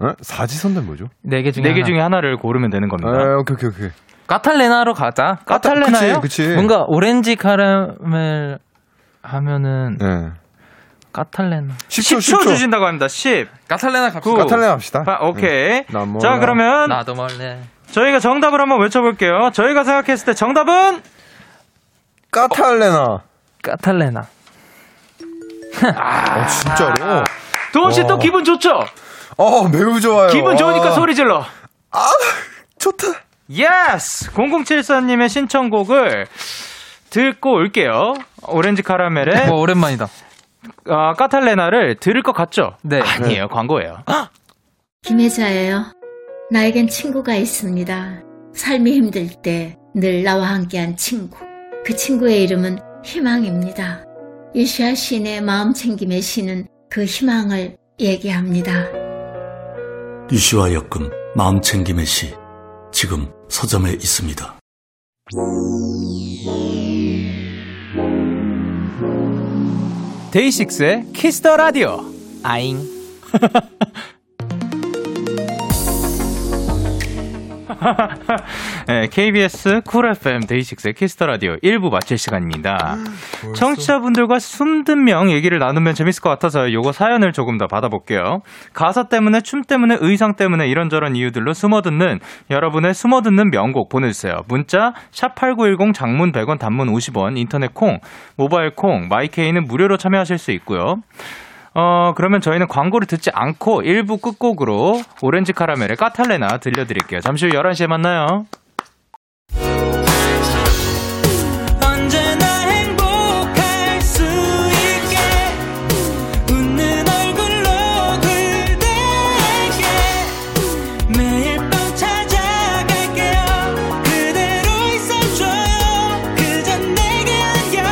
S8: 어? 사지선단 뭐죠?
S9: 네 개 중에
S2: 네 개
S9: 하나.
S2: 중에 하나를 고르면 되는 겁니다.
S8: 아, 오케이 오케이 오케이.
S9: 까탈레나로 가자.
S2: 까탈레나요?
S8: 그치, 그치.
S9: 뭔가 오렌지 카라멜 하면은
S8: 네.
S9: 까탈레나.
S8: 10초
S2: 10초,
S8: 10초.
S2: 주신다고 합니다. 10.
S9: 까탈레나 갑시다.
S2: 구.
S8: 까탈레나 합시다. 음.
S2: 아, 오케이.
S8: 네. 나 몰라.
S2: 자, 그러면
S9: 나도 몰래.
S2: 저희가 정답을 한번 외쳐볼게요. 저희가 생각했을 때 정답은
S8: 까탈레나. 어,
S9: 까탈레나.
S8: 아, 진짜로?
S2: 도훈 씨 또 기분 좋죠?
S8: 어, 매우 좋아요.
S2: 기분 좋으니까
S8: 아,
S2: 소리 질러.
S8: 좋다.
S2: 예스! 0074님의 신청곡을 듣고 올게요. 오렌지 카라멜의
S9: 와, 오랜만이다.
S2: 아, 까탈레나를 들을 것 같죠?
S9: 네.
S2: 아니에요. 광고예요.
S10: 김혜자예요. 나에겐 친구가 있습니다. 삶이 힘들 때 늘 나와 함께한 친구. 그 친구의 이름은 희망입니다. 이시아 시인의 마음 챙김의 시는 그 희망을 얘기합니다.
S11: 이시와 역금 마음챙김의 시 지금 서점에 있습니다.
S1: 데이식스의 키스터 라디오. 아잉.
S2: 네, KBS 쿨 FM 데이식스의 키스터 라디오 1부 마칠 시간입니다. 청취자분들과 숨든 명 얘기를 나누면 재밌을 것 같아서 요거 사연을 조금 더 받아볼게요. 가사 때문에 춤 때문에 의상 때문에 이런저런 이유들로 숨어듣는 여러분의 숨어듣는 명곡 보내주세요. 문자 샵8910 장문 100원 단문 50원 인터넷 콩 모바일 콩 마이케이는 무료로 참여하실 수 있고요. 어, 그러면 저희는 광고를 듣지 않고 1부 끝곡으로 오렌지 카라멜의 까탈레나 들려드릴게요. 잠시 후 11시에 만나요.
S4: 언제나 행복할 수 있게 웃는 얼굴로 그대에게 매일 밤 찾아갈게요 그대로 있어줘요 그저 내게 안겨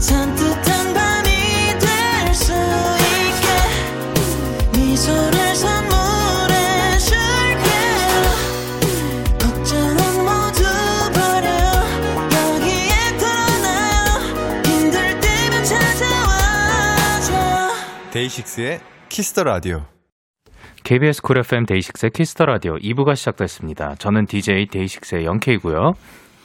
S4: 산뜻한 밤이 될 수 있게 미소를 네 선물해 줄게요 걱정은 모두 버려 여기에 털어놔요 힘들 때면 찾아와줘
S12: 데이식스의 키스터 라디오.
S2: KBS 쿨 FM 데이식스의 키스터 라디오 2부가 시작됐습니다. 저는 DJ 데이식스의 영케이고요.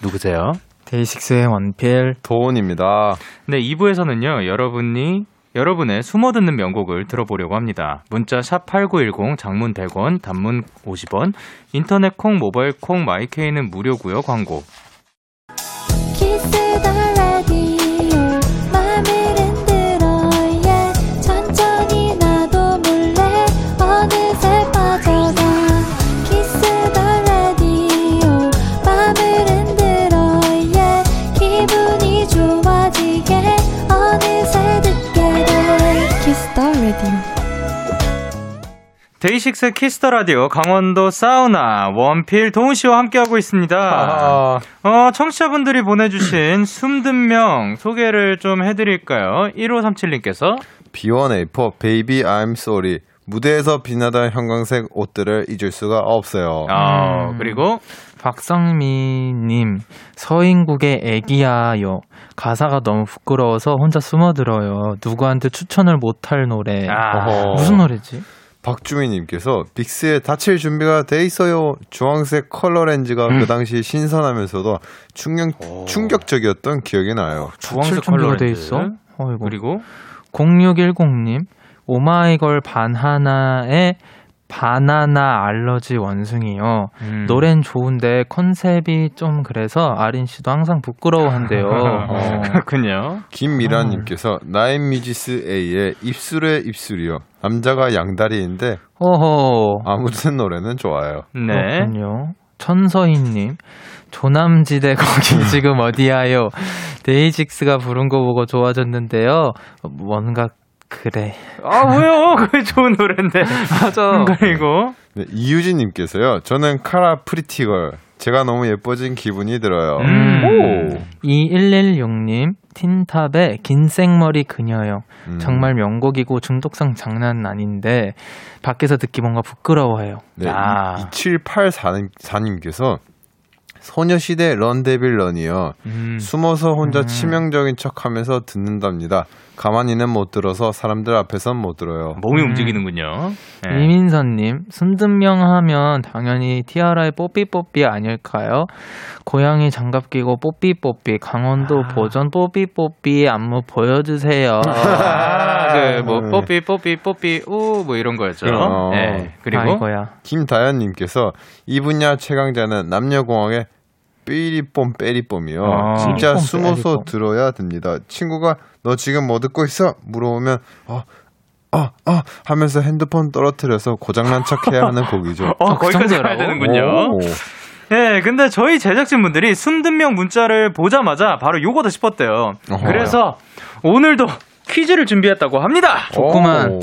S2: 누구세요?
S9: 데이식스의 원필
S8: 도훈입니다.
S2: 네, 2부에서는요. 여러분이 여러분의 숨어 듣는 명곡을 들어보려고 합니다. 문자 샵 8910 장문 100원, 단문 50원. 인터넷 콩, 모바일 콩, 마이케이는 무료고요. 광고.
S3: 키스 더 라디오 맘을 흔들어 예 천천히 나도 몰래 어느새 빠져가 키스 더 라디오 맘을 흔들어 예 기분이 좋아지게 어느새 듣게 돼 키스 더 라디오
S2: 데이식스 키스터 라디오 강원도 사우나 원필 도훈 씨와 함께하고 있습니다. 어, 청취자분들이 보내주신 숨든 명 소개를 좀 해드릴까요? 1537님께서
S8: B1A4 Baby I'm Sorry 무대에서 빛나던 형광색 옷들을 잊을 수가 없어요.
S9: 음.
S2: 아, 그리고
S9: 박성미님 서인국의 애기야요 가사가 너무 부끄러워서 혼자 숨어들어요 누구한테 추천을 못할 노래
S8: 어허.
S9: 무슨 노래지?
S8: 박주민님께서 빅스에 다칠 준비가 돼 있어요. 주황색 컬러 렌즈가 그 당시 신선하면서도 충격 충격적이었던 기억이 나요.
S9: 주황색 컬러 돼 있어? 어이구. 그리고 0610님 오마이걸 반하나의 바나나 알러지 원숭이요.
S2: 음.
S9: 노래는 좋은데 컨셉이 좀 그래서 아린 씨도 항상 부끄러워한대요. 어.
S2: 그렇군요.
S8: 김미란님께서 나인뮤지스 A의 입술의 입술이요. 남자가 양다리인데
S9: 어허.
S8: 아무튼 노래는 좋아요.
S2: 네.
S9: 그렇군요. 천서희님, 조남지대 거기 지금 어디야요? 데이식스가 부른 거 보고 좋아졌는데요. 뭔가 그래.
S2: 아 왜요? 그게 좋은 노래인데. 맞아. 그리고
S8: 네, 이유진님께서요. 저는 카라 프리티걸. 제가 너무 예뻐진 기분이 들어요.
S9: 음. 2116님, 틴탑의 긴 생머리 그녀요.
S8: 음.
S2: 음.
S9: 정말 명곡이고 중독성 장난 아닌데, 밖에서 듣기 뭔가 부끄러워해요.
S8: 네,
S9: 아.
S8: 2784님께서 소녀시대 런데빌런이요.
S9: 음.
S8: 숨어서 혼자 치명적인 척하면서 듣는답니다. 가만히는 못 들어서 사람들 앞에선 못 들어요.
S2: 몸이 움직이는군요.
S9: 음.
S2: 네.
S9: 네. 이민선님, 순든명 하면 당연히 티아라의 뽀삐뽀삐 아닐까요? 고양이 장갑 끼고 뽀삐뽀삐, 강원도 보전 뽀삐뽀삐 안무 보여주세요.
S2: 아, 그
S9: 네.
S2: 뭐 뽀삐 뽀삐 뽀삐 우 뭐 이런 거였죠.
S8: 어.
S2: 네.
S9: 아,
S2: 그리고
S8: 김다연님께서 이 분야 최강자는 남녀공학의 빼리뽐 빼리뽐이요.
S2: 아.
S8: 진짜
S2: 빼리뽐,
S8: 숨어서
S2: 빼리뽐.
S8: 들어야 됩니다. 친구가 너 지금 뭐 듣고 있어? 물어보면 어. 어, 어, 하면서 핸드폰 떨어뜨려서 고장난 척 해야 하는 곡이죠.
S2: 어, 거기까지
S9: 그
S2: 가야 되는군요.
S8: 오.
S2: 네, 근데 저희 제작진분들이 순든명 문자를 보자마자 바로 요거다 싶었대요.
S9: 어허.
S2: 그래서 오늘도 퀴즈를 준비했다고 합니다.
S9: 좋구만.
S2: 오.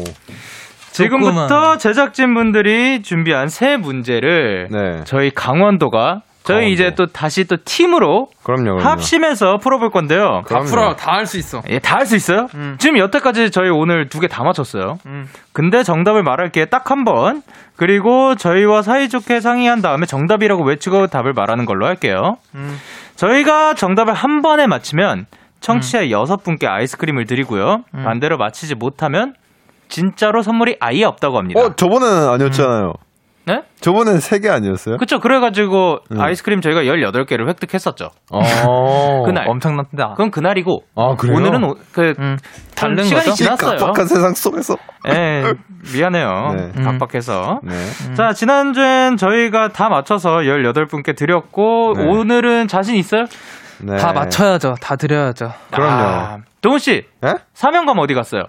S2: 지금부터 제작진분들이 준비한 세 문제를
S8: 네.
S2: 저희 네. 강원도가 저희 이제 또 다시 또 팀으로 합심해서 풀어볼 건데요.
S9: 다 풀어, 다 할 수 있어.
S2: 예, 다 할 수 있어요? 지금 여태까지 저희 오늘 두 개 다 맞췄어요.
S9: 음.
S2: 근데 정답을 말할 기회 딱 한 번. 그리고 저희와 사이좋게 상의한 다음에 정답이라고 외치고 답을 말하는 걸로 할게요.
S9: 음.
S2: 저희가 정답을 한 번에 맞히면
S9: 음.
S2: 청취자 여섯 분께 아이스크림을 드리고요.
S8: 음.
S2: 반대로 맞히지 못하면 진짜로 선물이 아예 없다고 합니다.
S8: 어, 저번에는 아니었잖아요.
S2: 네?
S8: 저번에는 세 개 아니었어요?
S2: 그쵸. 그래가지고 아이스크림 저희가 18개를 획득했었죠. 그날.
S9: 엄청났다.
S2: 그건 그날이고.
S8: 어. 아, 그래요?
S2: 오늘은 오- 그, 참
S9: 음. 다른
S2: 시간이
S9: 거죠?
S2: 지났어요.
S9: 이 깜빡한
S8: 세상 속에서.
S2: 예, 미안해요.
S8: 네. 음.
S2: 각박해서. 자, 지난주엔 저희가 다 맞춰서 18분께 드렸고,
S9: 네.
S8: 네.
S2: 오늘은 자신 있어요?
S9: 다 맞춰야죠. 다 드려야죠.
S2: 아, 동훈 씨.
S8: 네?
S2: 사명감 어디 갔어요?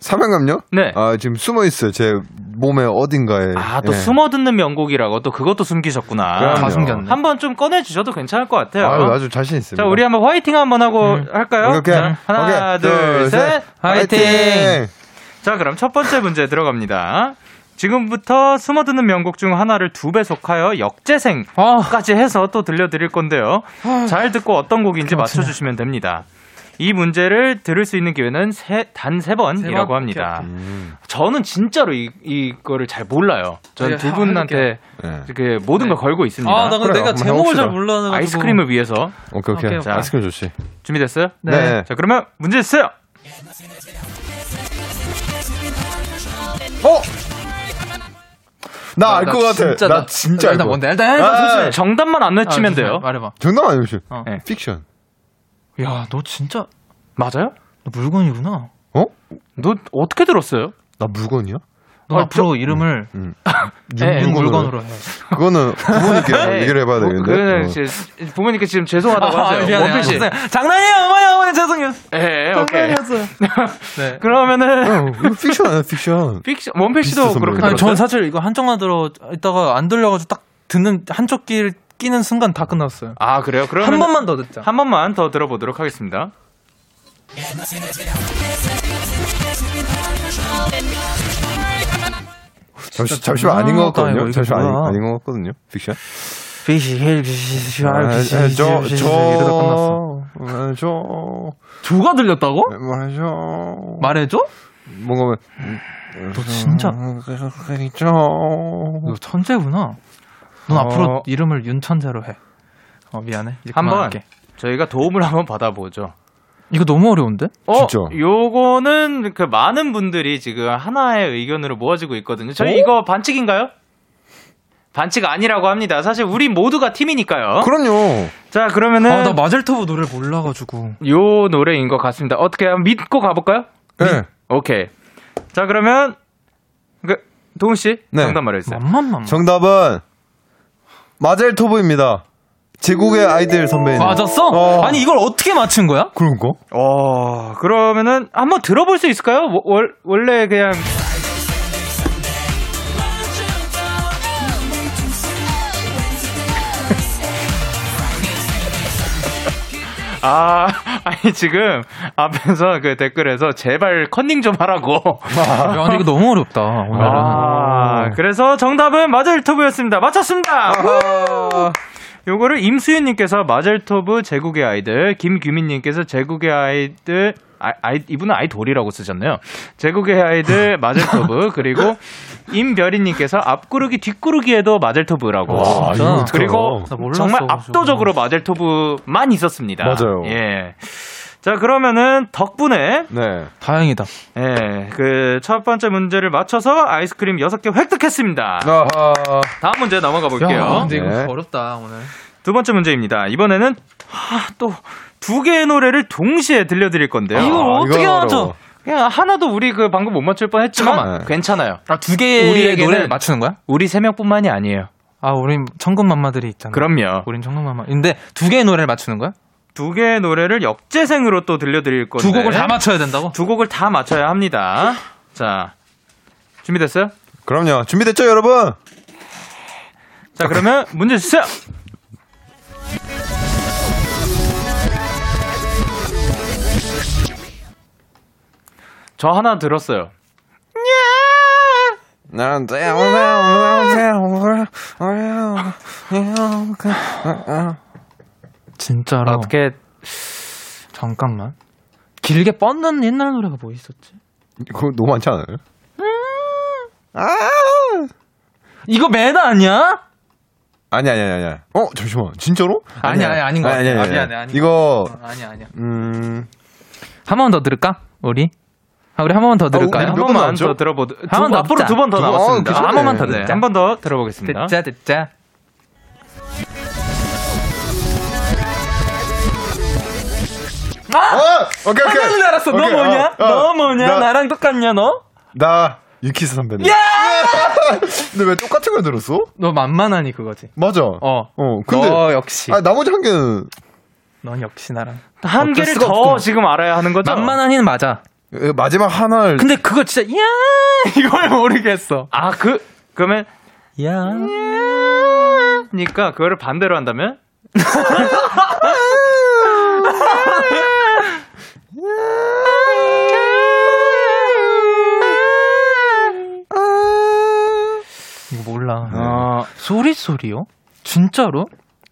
S8: 사명감요? 네. 아, 지금 숨어 있어요. 제 몸의 어딘가에.
S2: 아, 또
S8: 예.
S2: 숨어 듣는 명곡이라고 또 그것도 숨기셨구나.
S8: 그럼요. 다 숨겼네.
S2: 한번 좀 꺼내 주셔도 괜찮을 것 같아요.
S8: 아유, 아주 자신 있습니다.
S2: 자, 우리 한번 화이팅 한번 하고 할까요?
S8: 이렇게.
S2: 자, 하나,
S8: 오케이,
S2: 둘,
S8: 둘,
S2: 셋.
S8: 셋.
S2: 화이팅!
S8: 화이팅!
S2: 자, 그럼 첫 번째 문제 들어갑니다. 지금부터 숨어드는 명곡 중 하나를 두 배속하여
S9: 아,
S2: 역재생까지 해서 또 들려드릴 건데요. 잘 듣고 어떤 곡인지 맞춰주시면 됩니다. 이 문제를 들을 수 있는 기회는 단 세 번이라고 합니다. 저는 진짜로 이, 이거를 잘 몰라요.
S9: 네,
S2: 저는 두
S9: 하-
S2: 분한테 네. 이렇게 모든 걸 걸고 있습니다.
S9: 아, 나 근데 그래요, 내가 한번 제목을 해봅시다. 잘 몰라가지고.
S2: 아이스크림을 위해서.
S8: 오케이, 오케이. 아이스크림 좋지.
S2: 준비됐어요?
S8: 네. 네.
S2: 자, 그러면 문제 있어요.
S8: 어? 나 알 것 같아. 나 진짜 알 것. 아,
S2: 정답만 안 외치면
S9: 네. 아,
S2: 돼요.
S9: 말해봐.
S8: 정답 아니오시.
S9: 어.
S8: 픽션.
S9: 야, 너 진짜
S2: 맞아요?
S9: 너 물건이구나.
S8: 어?
S2: 너 어떻게 들었어요?
S8: 나 물건이야?
S9: 너 앞으로 이름을
S8: 음.
S9: 예, 물건으로 해.
S8: 그거는 부모님께
S2: 네.
S8: 아, 얘기를 해봐야
S2: 부-
S8: 되겠는데.
S2: 그거는
S8: 어.
S2: 이제 부모님께 지금 죄송하다고
S9: 아,
S2: 하세요.
S9: 미안해요.
S2: 원필 씨.
S9: 죄송해요. 장난이에요, 어머니, 어머니, 죄송해요.
S2: 예, 예, 오케이.
S9: 장난이었어요. 네.
S2: 그러면은
S8: 이거 픽션 아니야, 픽션.
S2: 픽션 원필 씨도 그렇게 들었어요?
S9: 아니, 전 사실 이거 한쪽만 들어 있다가 안 들려가지고 딱 듣는 한쪽 귀를 끼는 순간 다 끝났어요.
S2: 아 그래요? 그러면
S9: 한 번만 더 듣자.
S2: 한 번만 더 들어보도록 하겠습니다.
S8: 잠시 잠시만 아닌 것 같거든요. 잠시만 아닌, 아닌 것 같거든요. 픽션.
S9: 비시 힐 비시 슈알 비시
S8: 저저
S9: 이러다 끝났어.
S8: 저
S9: 두가 들렸다고?
S2: 네.
S8: 말해줘.
S9: 말해줘?
S8: 뭔가
S9: 너 진짜
S2: 음,
S8: 그죠.
S9: 너 천재구나. 넌
S2: 어.
S9: 앞으로 이름을 윤천재로 해. 어 미안해. 이제
S2: 한번
S9: 그만할게.
S2: 저희가 도움을 한번 받아보죠.
S9: 이거 너무 어려운데?
S2: 어, 요거는 그 많은 분들이 지금 하나의 의견으로 모아지고 있거든요. 저희
S8: 어?
S9: 오?
S2: 이거 반칙인가요? 반칙 아니라고 합니다. 사실 우리 모두가 팀이니까요.
S8: 그럼요.
S2: 자, 그러면은
S9: 아나 마젤터보 노래 몰라가지고.
S2: 요 노래인 것 같습니다. 어떻게 한번 믿고 가볼까요?
S8: 네.
S2: 오케이. 자, 그러면 그 도훈 씨
S8: 네.
S2: 정답 말해주세요.
S8: 정답은 마젤토브입니다. 제국의 아이들 선배님.
S9: 맞았어? 아니 이걸 어떻게 맞춘 거야?
S8: 그런가?
S2: 어, 그러면은 한번 들어볼 수 있을까요? 워- 월, 원래 그냥 아, 아니 지금 앞에서 그 댓글에서 제발 컨닝 좀 하라고.
S9: 야, 근데 이거 너무 어렵다. 오늘은.
S8: 네.
S2: 아, 그래서 정답은 마젤토브였습니다. 맞췄습니다. 우! 요거를 임수윤님께서 마젤토브 제국의 아이들, 김규민님께서 제국의 아이들, 아, 아이, 이분은 아이돌이라고 쓰셨네요. 제국의 아이들 마젤토브 그리고 임별이님께서 앞구르기 뒷구르기에도 마젤토브라고.
S8: 와, 이거 어떡하나.
S2: 그리고
S8: 나 몰랐어,
S2: 정말
S8: 저거.
S2: 압도적으로 마젤토브만 있었습니다.
S8: 맞아요.
S2: 예. 자 그러면은 덕분에
S8: 네.
S9: 다행이다.
S2: 예, 그 첫 번째 문제를 맞춰서 아이스크림 6개 획득했습니다. 다음 문제 넘어가 볼게요. 네.
S9: 야, 근데 이거 어렵다 오늘.
S2: 두 번째 문제입니다. 이번에는 아, 또 두 개의 노래를 동시에 들려드릴 건데요.
S9: 아,
S2: 아,
S9: 이걸 어떻게 이건 하죠? 어려워.
S2: 그냥 하나도 우리 그 방금 못 맞출 뻔했지만
S9: 잠깐만.
S2: 괜찮아요.
S9: 두 개의
S2: 우리에게는
S9: 노래를 맞추는 거야?
S2: 우리 세 명뿐만이 아니에요.
S9: 아, 우린 천금만마들이 있잖아.
S2: 그럼요.
S9: 우린 천금만마. 근데 두 개의 노래를 맞추는 거야?
S2: 두 개의 노래를 역재생으로 또 들려드릴 건데
S9: 두 곡을 다 맞춰야 된다고?
S2: 네. 두 곡을 다 맞춰야 합니다. 자 준비됐어요?
S8: 그럼요. 준비됐죠, 여러분?
S2: 자 그러면 문제 주세요. 저 하나 들었어요.
S8: 난
S9: 진짜로.
S2: 어떻게
S9: 잠깐만. 길게 뻗는 옛날 노래가 뭐 있었지?
S8: 그거 너무 많지 않아요? 아!
S9: 이거 매너 아니야?
S8: 아니 아니 아니 아니. 어 잠시만 진짜로?
S9: 아니, 아니, 아닌 것 같아.
S8: 아니, 아니,
S9: 아니,
S8: 아니,
S9: 아니, 아닌
S8: 이거
S9: 아니야, 아니야.
S8: 음.
S9: 한 번 더 들을까? 우리? 아, 우리 한 번 더 들을까요?
S2: 한 번만 더 들어보. 두 번,
S9: 한번 더
S2: 앞으로
S9: 듣자.
S2: 두 번 더
S9: 두 번,
S2: 남았습니다.
S9: 어, 괜찮네.
S2: 한 번만 더
S9: 네.
S2: 듣자. 한 번 더 들어보겠습니다.
S9: 듣자, 듣자.
S8: 아! 오케이 오케이.
S9: 어! 하나는 알았어. 너
S8: 오케이,
S9: 뭐냐?
S8: 어, 어.
S9: 너 뭐냐?
S8: 나-
S9: 나랑 똑같냐, 너?
S8: 나 유키스 선배님. 근데 왜 똑같은 걸 들었어?
S9: 너 만만하니 그거지.
S8: 맞아.
S9: 어.
S8: 근데
S9: 너 역시.
S8: 아 나머지 한 개는
S9: 넌 역시 나랑.
S2: 한
S9: 어쩔
S2: 개를
S9: 수가
S2: 더
S9: 없구나.
S2: 지금 알아야 하는 거죠?
S9: 만만한 이는 맞아.
S8: 마지막 하나를.
S9: 근데 그거 진짜 야 이걸 모르겠어.
S2: 아 그 그러면
S9: 야.
S2: 그러니까 그거를 반대로 한다면
S9: 이거 몰라. 어. 소리 소리요? 진짜로?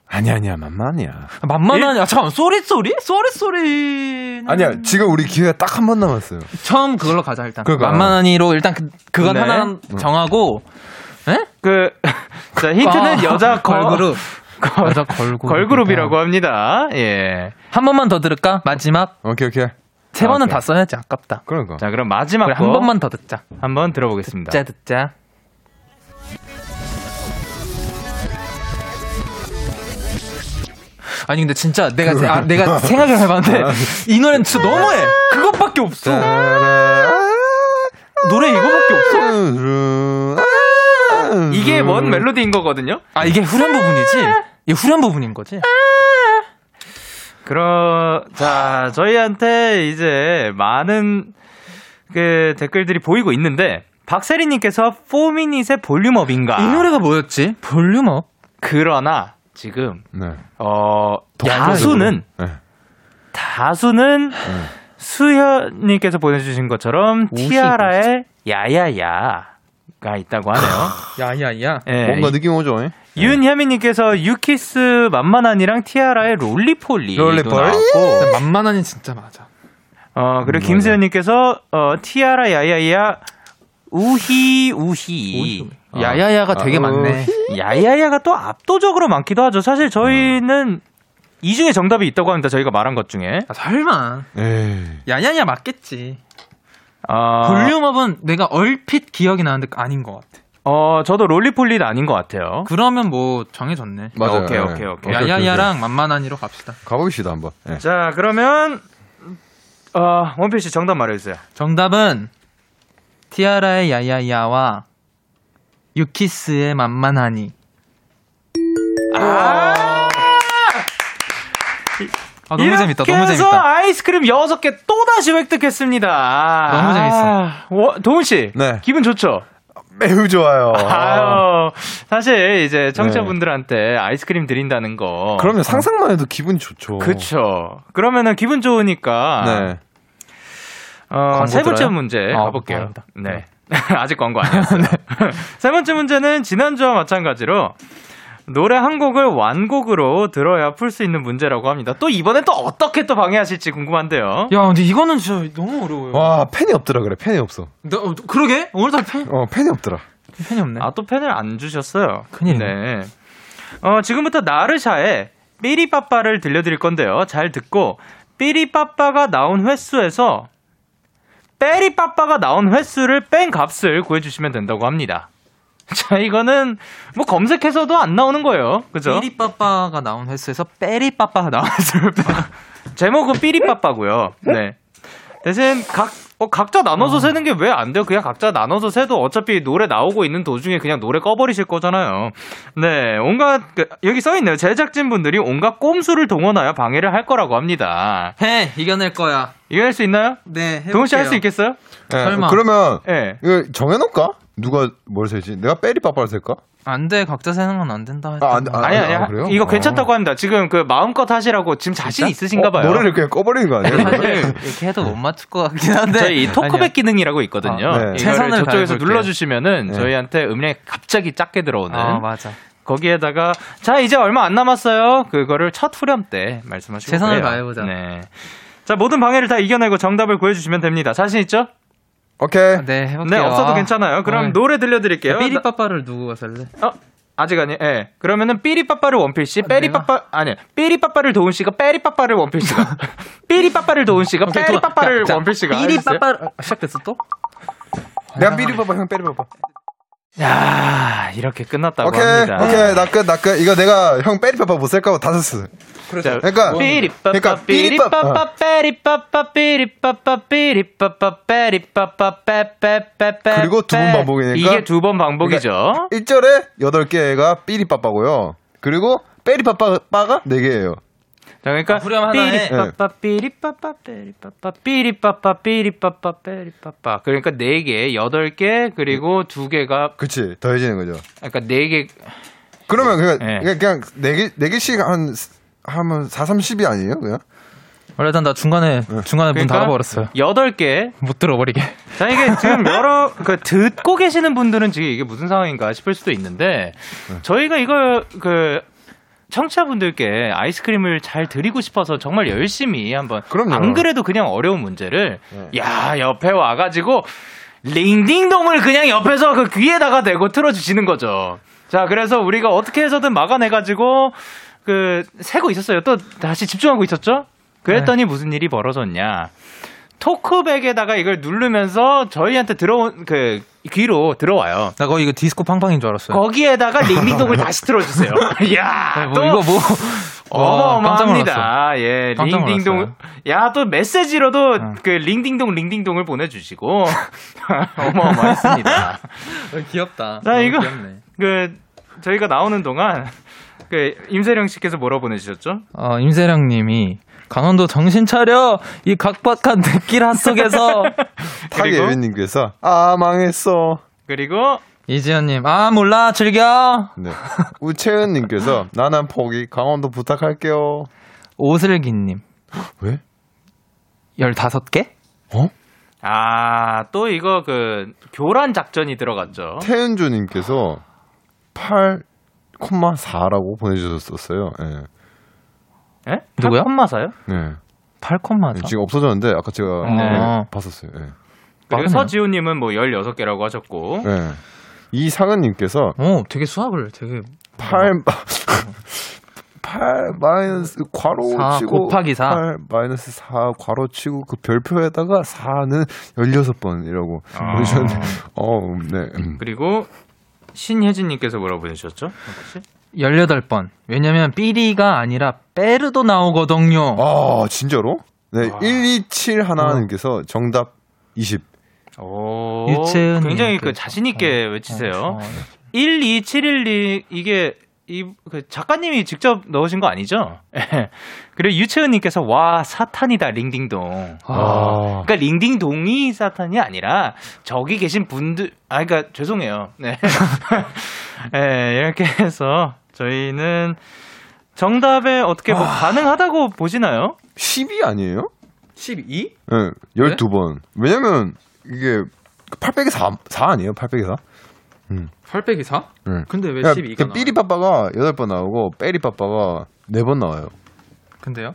S13: 아니 아니야 만만이야.
S9: 만만하냐? 잠깐 소리 소리? 소리 소리.
S8: 아니야 지금 우리 기회가 딱 한 번 남았어요.
S9: 처음 그걸로 가자 일단.
S8: 그거.
S9: 만만하니로 일단 그, 그건
S2: 네.
S9: 하나 정하고. 에?
S2: 그 자, 힌트는
S9: 아,
S2: 여자 거-
S9: 걸그룹.
S2: 걸,
S9: 여자 걸그룹.
S2: 걸그룹이라고 합니다. 예.
S9: 한 번만 더 들을까? 마지막.
S8: 오케이 오케이.
S9: 세
S2: 아,
S9: 번은
S2: 오케이.
S9: 다 써야지 아깝다.
S8: 그러니까.
S2: 자 그럼 마지막
S9: 그래,
S2: 거.
S9: 한 번만 더 듣자.
S2: 한번 들어보겠습니다.
S9: 듣자 듣자. 아니 근데 진짜 내가 세- 아, 내가 생각을 해봤는데 이 노래는 진짜 너무해. 그것밖에 없어. 노래 이거밖에
S8: 없어.
S2: 이게 뭔 멜로디인 거거든요?
S9: 아 이게 후렴 부분이지. 이 후렴 부분인 거지.
S2: 그럼 자 저희한테 이제 많은 그 댓글들이 보이고 있는데 박세리님께서 4미닛의 볼륨업인가
S9: 이 노래가 뭐였지? 볼륨업.
S2: 그러나 지금
S8: 네.
S2: 어 다수는 다수는
S8: 음.
S2: 수현님께서 보내주신 것처럼 티아라의 야야야가 있다고 하네요.
S9: 야야야.
S2: 예.
S8: 뭔가 느낌 오죠? 잉?
S2: 윤현미님께서 유키스 만만한이랑 티아라의 롤리폴리
S9: 롤리폴리?
S8: 아,
S2: 나왔고
S9: 만만한이 진짜 맞아.
S2: 어
S9: 음,
S2: 그리고 김수현님께서 어 티아라 야야야 우히 우히
S9: 아. 야야야가 되게 많네.
S2: 야야야가 또 압도적으로 많기도 하죠. 사실 저희는 이 중에 정답이 있다고 합니다. 저희가 말한 것 중에
S9: 설마.
S8: 에이.
S9: 야야야 맞겠지. 아.
S2: 어,
S9: 볼륨업은 내가 얼핏 기억이 나는데 아닌 것 같아.
S2: 어 저도 롤리폴리는 아닌 것 같아요.
S9: 그러면 뭐 정해졌네.
S8: 맞아요.
S2: 오케이
S8: 예.
S2: 오케이 오케이.
S9: 야야야랑 네. 만만한이로 갑시다.
S8: 가봅시다 한번. 예.
S2: 자 그러면 어 원필 씨 정답 말해주세요.
S9: 정답은 티아라의 야야야와 유키스의 만만하니. 아, 너무 재밌다. 너무
S2: 이렇게 해서
S9: 재밌다.
S2: 아이스크림 6개 또다시 획득했습니다.
S9: 너무 네.
S2: 재밌어. 도훈 씨. 기분 좋죠?
S8: 매우 좋아요.
S2: 아유, 사실 이제 청취자분들한테 아이스크림 드린다는 거.
S8: 네. 그러면 상상만 해도 기분이 좋죠.
S2: 그쵸. 그러면은 기분 좋으니까.
S8: 네.
S2: 어,
S8: 광고
S2: 세 번째
S8: 들어요?
S2: 문제
S8: 아,
S2: 가볼게요.
S8: 다행이다. 네.
S2: 네. 아직 광고 아니었어요. 세 번째 문제는 지난주와 마찬가지로 노래 한 곡을 완곡으로 들어야 풀 수 있는 문제라고 합니다. 또 이번엔 또 어떻게 또 방해하실지 궁금한데요.
S9: 야, 근데 이거는 진짜 너무 어려워요.
S8: 와 팬이 없더라 그래. 팬이 없어.
S9: 나, 어, 그러게? 오늘따라 팬,
S8: 어 팬이 없더라.
S9: 팬이 없네.
S2: 아, 또 펜을 안 주셨어요. 큰일이네. 어, 지금부터 나르샤의 삐리빠빠를 들려드릴 건데요. 잘 듣고, 삐리빠빠가 나온 횟수에서, 빼리빠빠가 나온 횟수를 뺀 값을 구해주시면 된다고 합니다. 자, 이거는, 뭐, 검색해서도 안 나오는 거예요. 그죠?
S9: 삐리빠빠가 나온 횟수에서 빼리빠빠가 나온 횟수를 빼.
S2: 제목은 삐리빠빠고요. 네. 대신 각 어, 각자
S9: 음.
S2: 나눠서 세는 게 왜 안 돼요? 그냥 각자 나눠서 세도 어차피 노래 나오고 있는 도중에 그냥 노래 꺼버리실 거잖아요. 네, 온갖 그, 여기 써 있네요. 제작진 분들이 온갖 꼼수를 동원하여 방해를 할 거라고 합니다.
S9: 해, 이겨낼 거야.
S2: 이겨낼 수 있나요?
S9: 네, 해볼게요.
S2: 동훈 씨할 수 있겠어요?
S8: 예,
S9: 설마.
S8: 그러면
S2: 예.
S8: 이거 정해놓을까? 누가 뭘 세지? 내가 빼리빠빠를 셀까?
S9: 안 돼, 각자 세는 건 안 된다.
S8: 아, 안- 아,
S2: 아니
S8: 아,
S2: 아니
S8: 아, 그래요?
S2: 이거
S8: 아.
S2: 괜찮다고 합니다. 지금 그 마음껏 하시라고 지금 자신
S9: 어. 진짜?
S2: 있으신가 봐요.
S8: 어, 노래를 그냥 꺼버리는 거 아니에요?
S9: 사실 이렇게 해도 못 맞출 것 같긴 한데.
S2: 저희 이 토크백
S9: 아니야.
S2: 기능이라고 있거든요.
S9: 아, 네.
S2: 이거를
S9: 최선을
S2: 저쪽에서
S9: 다해볼게요.
S2: 눌러주시면은
S9: 네.
S2: 저희한테 음량이 갑자기 작게 들어오는
S9: 아, 맞아.
S2: 거기에다가 자 이제 얼마 안 남았어요. 그거를 첫 후렴 때 말씀하시고
S9: 최선을
S2: 그래요.
S9: 다해보자.
S2: 네. 자 모든 방해를 다 이겨내고 정답을 구해주시면 됩니다. 자신 있죠?
S8: 오케이.
S9: 네, 해볼게요.
S2: 네 없어도 괜찮아요. 그럼
S9: 오늘.
S2: 노래 들려드릴게요.
S9: 야, 삐리빠빠를 누구가 살래?
S2: 어, 아직 아니. 예. 그러면은 삐리빠빠를 원필 씨, 빼리빠빠 아니 삐리빠빠를 도훈 씨가 빼리빠빠를 원필 씨가 삐리빠빠를 도훈
S9: 어,
S2: 씨가 빼리빠빠를 원필 씨가 알겠어요?
S9: 삐리빠빠 아, 시작됐어 또?
S8: 내가 삐리빠빠 형 빼리빠빠.
S2: 야 이렇게 끝났다고
S8: 오케이
S2: 합니다.
S8: 오케이 나 끝 나 끝. 이거 내가 형 빼리빠빠 못 셀까 봐 다섯 쓰.
S2: 자,
S9: 뭐,
S8: 그러니까-
S2: 삐리빠빠
S8: 그러니까
S2: 삐리빠빠 빼리빠빠 삐리빠빠 삐리빠빠 빼리빠빠 빼빼빼빼
S8: 그리고 두 번 반복이니까.
S2: 이게 두 번 반복이죠.
S8: 1절에 네 8개가 삐리빠빠고요. 그리고 빼리빠빠가 4개예요.
S2: 자, 그러니까
S9: 아, 후렴 하나에.
S2: 삐리빠빠 삐리빠빠 삐리빠빠 삐리빠빠 삐리빠빠 삐리빠빠. 그러니까 네 개, 여덟 개 그리고 두 개가
S8: 그치 더해지는 거죠.
S2: 그러니까 네 개.
S8: 그러면 그냥
S9: 네.
S8: 그냥- 그냥 네개네 개씩 한 하면 4, 30이 아니에요, 그냥?
S9: 원래 일단 나 중간에 중간에 문
S2: 그러니까
S9: 닫아버렸어요.
S2: 여덟 개.
S9: 못 들어버리게.
S2: 자 이게 지금 여러 그 듣고 계시는 분들은 지금 이게 무슨 상황인가 싶을 수도 있는데 저희가 이걸 그 청취자분들께 아이스크림을 잘 드리고 싶어서 정말 열심히 한번 안 그래도 그냥 어려운 문제를 야 옆에 와가지고 링딩동을 그냥 옆에서 그 귀에다가 대고 틀어주시는 거죠. 자 그래서 우리가 어떻게 해서든 막아내가지고 그 세고 있었어요. 또 다시 집중하고 있었죠. 그랬더니 무슨 일이 벌어졌냐. 토크백에다가 이걸 누르면서 저희한테 들어온 그 귀로 들어와요.
S9: 나 거의 이거 디스코 팡팡인 줄 알았어요.
S2: 거기에다가 링딩동을 다시 틀어주세요. 야,
S9: 네. 뭐 이거 뭐 와, 깜짝
S2: 어마어마합니다.
S9: 놀랐어.
S2: 예,
S9: 깜짝
S2: 링딩동.
S9: 놀랐어요. 어.
S2: 야, 또 메시지로도 그 링딩동 링딩동을 보내주시고 어마어마했습니다.
S9: 귀엽다.
S2: 나 이거 그 저희가 나오는 동안 그 임세령 씨께서 뭐라 고 보내주셨죠?
S9: 어, 임세령 님이 강원도 정신 차려 이 각박한 느끼라 속에서
S8: 타계예빈님께서 아 망했어.
S2: 그리고
S9: 이지현님 아 몰라 즐겨
S8: 네. 우채은님께서 나는 포기 강원도 부탁할게요.
S9: 오슬기님
S8: 왜?
S9: 15개?
S8: 어?
S2: 아, 또 이거 그 교란 작전이 들어갔죠.
S8: 태은주님께서 8,4라고 보내주셨었어요. 예.
S2: 예?
S9: 누구요?
S2: 콤마사요?
S8: 네.
S9: 8콤마사.
S8: 지금 없어졌는데 아까 제가
S2: 네.
S8: 네, 봤었어요. 예.
S2: 그리고
S8: 빠르네요.
S2: 서지훈님은 뭐 16개라고 하셨고.
S8: 예. 이상은님께서
S9: 오, 되게 수학을 되게
S8: 8 8 마이너스 괄호
S9: 네. 사
S8: 치고
S9: 곱하기 사.
S8: 8 마이너스 4 괄호 치고 그 별표에다가 4는 16번이라고
S2: 아.
S8: 보내주셨는데 어, 네. 음.
S2: 그리고 신혜진님께서 뭐라고 보내주셨죠? 혹시?
S9: 18번. 왜냐면 삐리가 아니라 빼르도 나오거든요.
S2: 어,
S8: 아, 진짜로? 네, 127 하나님께서 정답 20.
S2: 오,
S8: 유채은
S2: 어, 굉장히
S8: 님께서.
S2: 그 자신있게
S9: 어,
S2: 외치세요.
S9: 그렇죠.
S2: 1, 2, 7, 1, 2, 이게 이, 그 작가님이 직접 넣으신 거 아니죠? 예. 그리고 유채은님께서 와, 사탄이다, 링딩동.
S9: 아.
S2: 그러니까 링딩동이 사탄이 아니라 저기 계신 분들, 아, 그러니까 죄송해요. 네. 네, 이렇게 해서 저희는 정답에 어떻게
S8: 아.
S2: 뭐 가능하다고 보시나요?
S8: 10이 아니에요?
S9: 12?
S8: 네, 12번. 왜냐면 이게 8 0 0 4, 4 아니에요? 8 0 0 4?
S9: 8 0 0 4?
S2: 네.
S8: 응.
S9: 근데 왜
S8: 그러니까
S9: 12가
S8: 그 삐리빠빠가 8번 나오고 빼리빠빠가 4번 나와요.
S9: 근데요?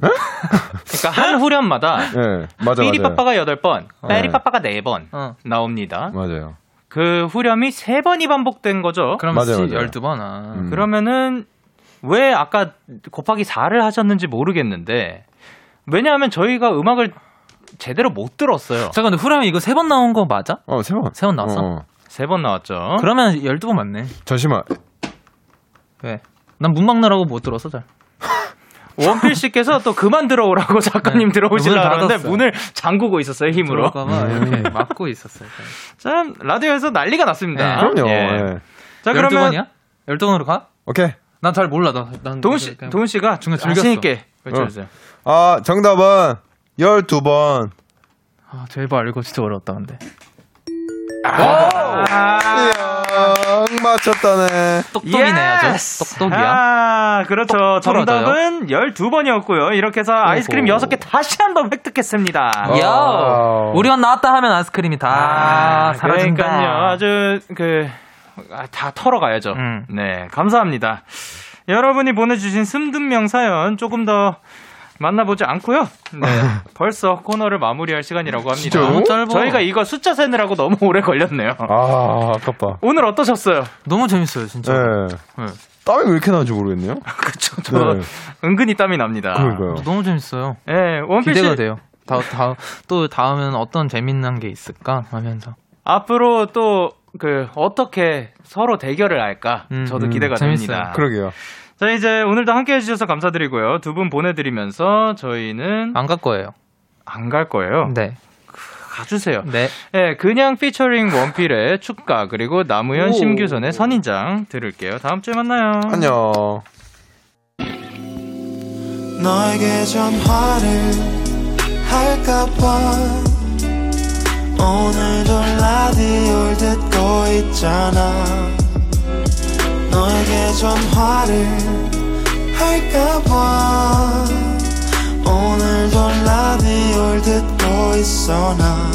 S2: 그러니까 한 후렴마다
S8: 예. 맞아 맞아.
S2: 삐리빠빠가 8번,
S8: 어.
S2: 빼리빠빠가 4번
S9: 어.
S2: 나옵니다.
S8: 맞아요.
S2: 그 후렴이 3번이 반복된 거죠.
S9: 그럼
S8: 맞아요, 맞아요.
S9: 12번. 아.
S2: 음. 그러면은 왜 아까 곱하기 4를 하셨는지 모르겠는데 왜냐하면 저희가 음악을 제대로 못 들었어요.
S9: 잠깐 근데 후렴이 이거 3번 나온 거 맞아?
S8: 어, 세 번.
S9: 세번 나왔어?
S2: 세 번 나왔죠.
S9: 그러면 12번 맞네.
S8: 잠시만.
S9: 왜? 난 문막느라고 못 들었어, 잘.
S2: 원필 씨께서 또 그만 들어오라고 작가님
S9: 네. 문을
S2: 들어오시려고 하는데
S9: 닫았어요.
S2: 문을 잠그고 음. 있었어요, 힘으로.
S9: 들어올까봐 이렇게 예, 막고 있었어요.
S2: 참 라디오에서 난리가
S9: 네,
S2: 났습니다.
S8: 그럼요.
S2: 예.
S8: 예.
S2: 자, 그러면
S9: 12번이야? 12번으로 가?
S8: 오케이.
S9: 난 잘 몰라. 나, 난
S2: 도훈 씨,
S9: 그냥-
S2: 도훈 씨가
S9: 중간 즐겼어.
S2: 자신 있게
S9: 어.
S2: 외쳐주세요.
S8: 아, 정답은 12번.
S9: 아, 제발 이거 진짜 어려웠다 근데.
S8: 이야, 맞췄다네.
S9: 똑똑이네요, 저. 똑똑이야.
S2: 아, 그렇죠. 정답은 12번이었고요. 이렇게 해서 아이스크림
S9: 아이고.
S2: 6개 다시 한번 획득했습니다.
S9: 어, 야, 우리가 나왔다 하면 아이스크림이 다 사라진다.
S2: 그러니까요. 아주 그, 아, 다 털어가야죠.
S9: 음.
S2: 네, 감사합니다. 여러분이 보내주신 슴든명 사연 조금 더 만나보지 않고요. 네, 벌써 코너를 마무리할 시간이라고 합니다.
S9: 진짜요? 너무 짧아.
S2: 저희가 이거 숫자 세느라고 너무 오래 걸렸네요.
S8: 아, 아깝다.
S2: 오늘 어떠셨어요?
S9: 너무 재밌어요, 진짜.
S2: 네.
S8: 예. 땀이 왜 이렇게 나는지 모르겠네요.
S2: 그쵸, 저 은근히 땀이 납니다.
S8: 그러니까요.
S9: 너무 재밌어요.
S2: 예, 원필
S9: 기대가
S2: 씨
S9: 돼요. 다, 다, 또 다음에는 어떤 재밌는 게 있을까 하면서.
S2: 앞으로 또 그 어떻게 서로 대결을 할까 저도
S9: 음,
S2: 기대가
S9: 재밌어요.
S2: 됩니다.
S8: 그러게요.
S2: 자 이제 오늘도 함께 해주셔서 감사드리고요. 두 분 보내드리면서 저희는
S9: 안 갈 거예요.
S2: 안 갈 거예요.
S9: 네.
S2: 가주세요.
S9: 네.
S2: 예, 그냥 피처링 원필의 축가 그리고
S9: 오.
S2: 남우현 심규선의 선인장 들을게요. 다음 주에 만나요.
S8: 안녕.
S6: 너에게 전화를 할까봐 오늘도 라디오를 듣고 있잖아 너에게 전화를 할까봐 오늘도 라디오를 듣고 있어 나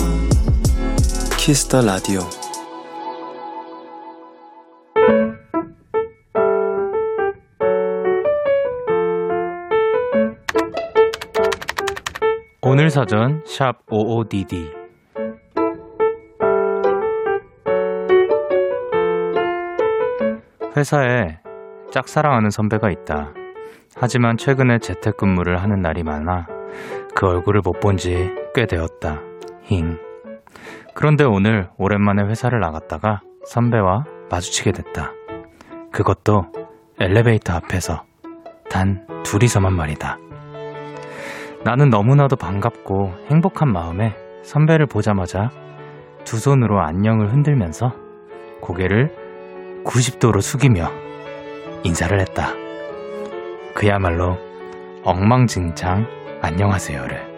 S4: 키스터 라디오
S2: 오늘 사전 샵 OODD 회사에 짝사랑하는 선배가 있다. 하지만 최근에 재택근무를 하는 날이 많아 그 얼굴을 못 본 지 꽤 되었다. 힝. 그런데 오늘 오랜만에 회사를 나갔다가 선배와 마주치게 됐다. 그것도 엘리베이터 앞에서 단 둘이서만 말이다. 나는 너무나도 반갑고 행복한 마음에 선배를 보자마자 두 손으로 안녕을 흔들면서 고개를 90도로 숙이며 인사를 했다. 그야말로 엉망진창 안녕하세요를.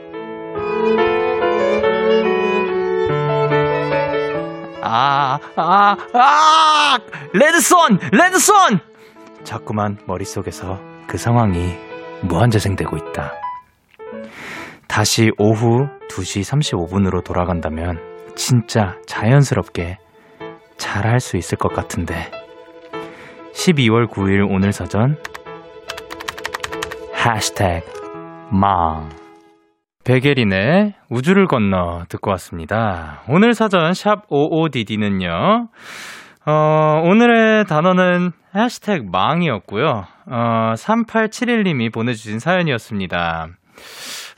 S2: 아, 아, 아! 레드손! 레드손! 자꾸만 머릿속에서 그 상황이 무한재생되고 있다. 다시 오후 2시 35분으로 돌아간다면 진짜 자연스럽게 잘 할 수 있을 것 같은데 12월 9일 오늘 사전 해시태그 망 베게린의 우주를 건너 듣고 왔습니다. 오늘 사전 샵 OODD는요. 어, 오늘의 단어는 해시태그 망이었고요. 어, 3871님이 보내주신 사연이었습니다.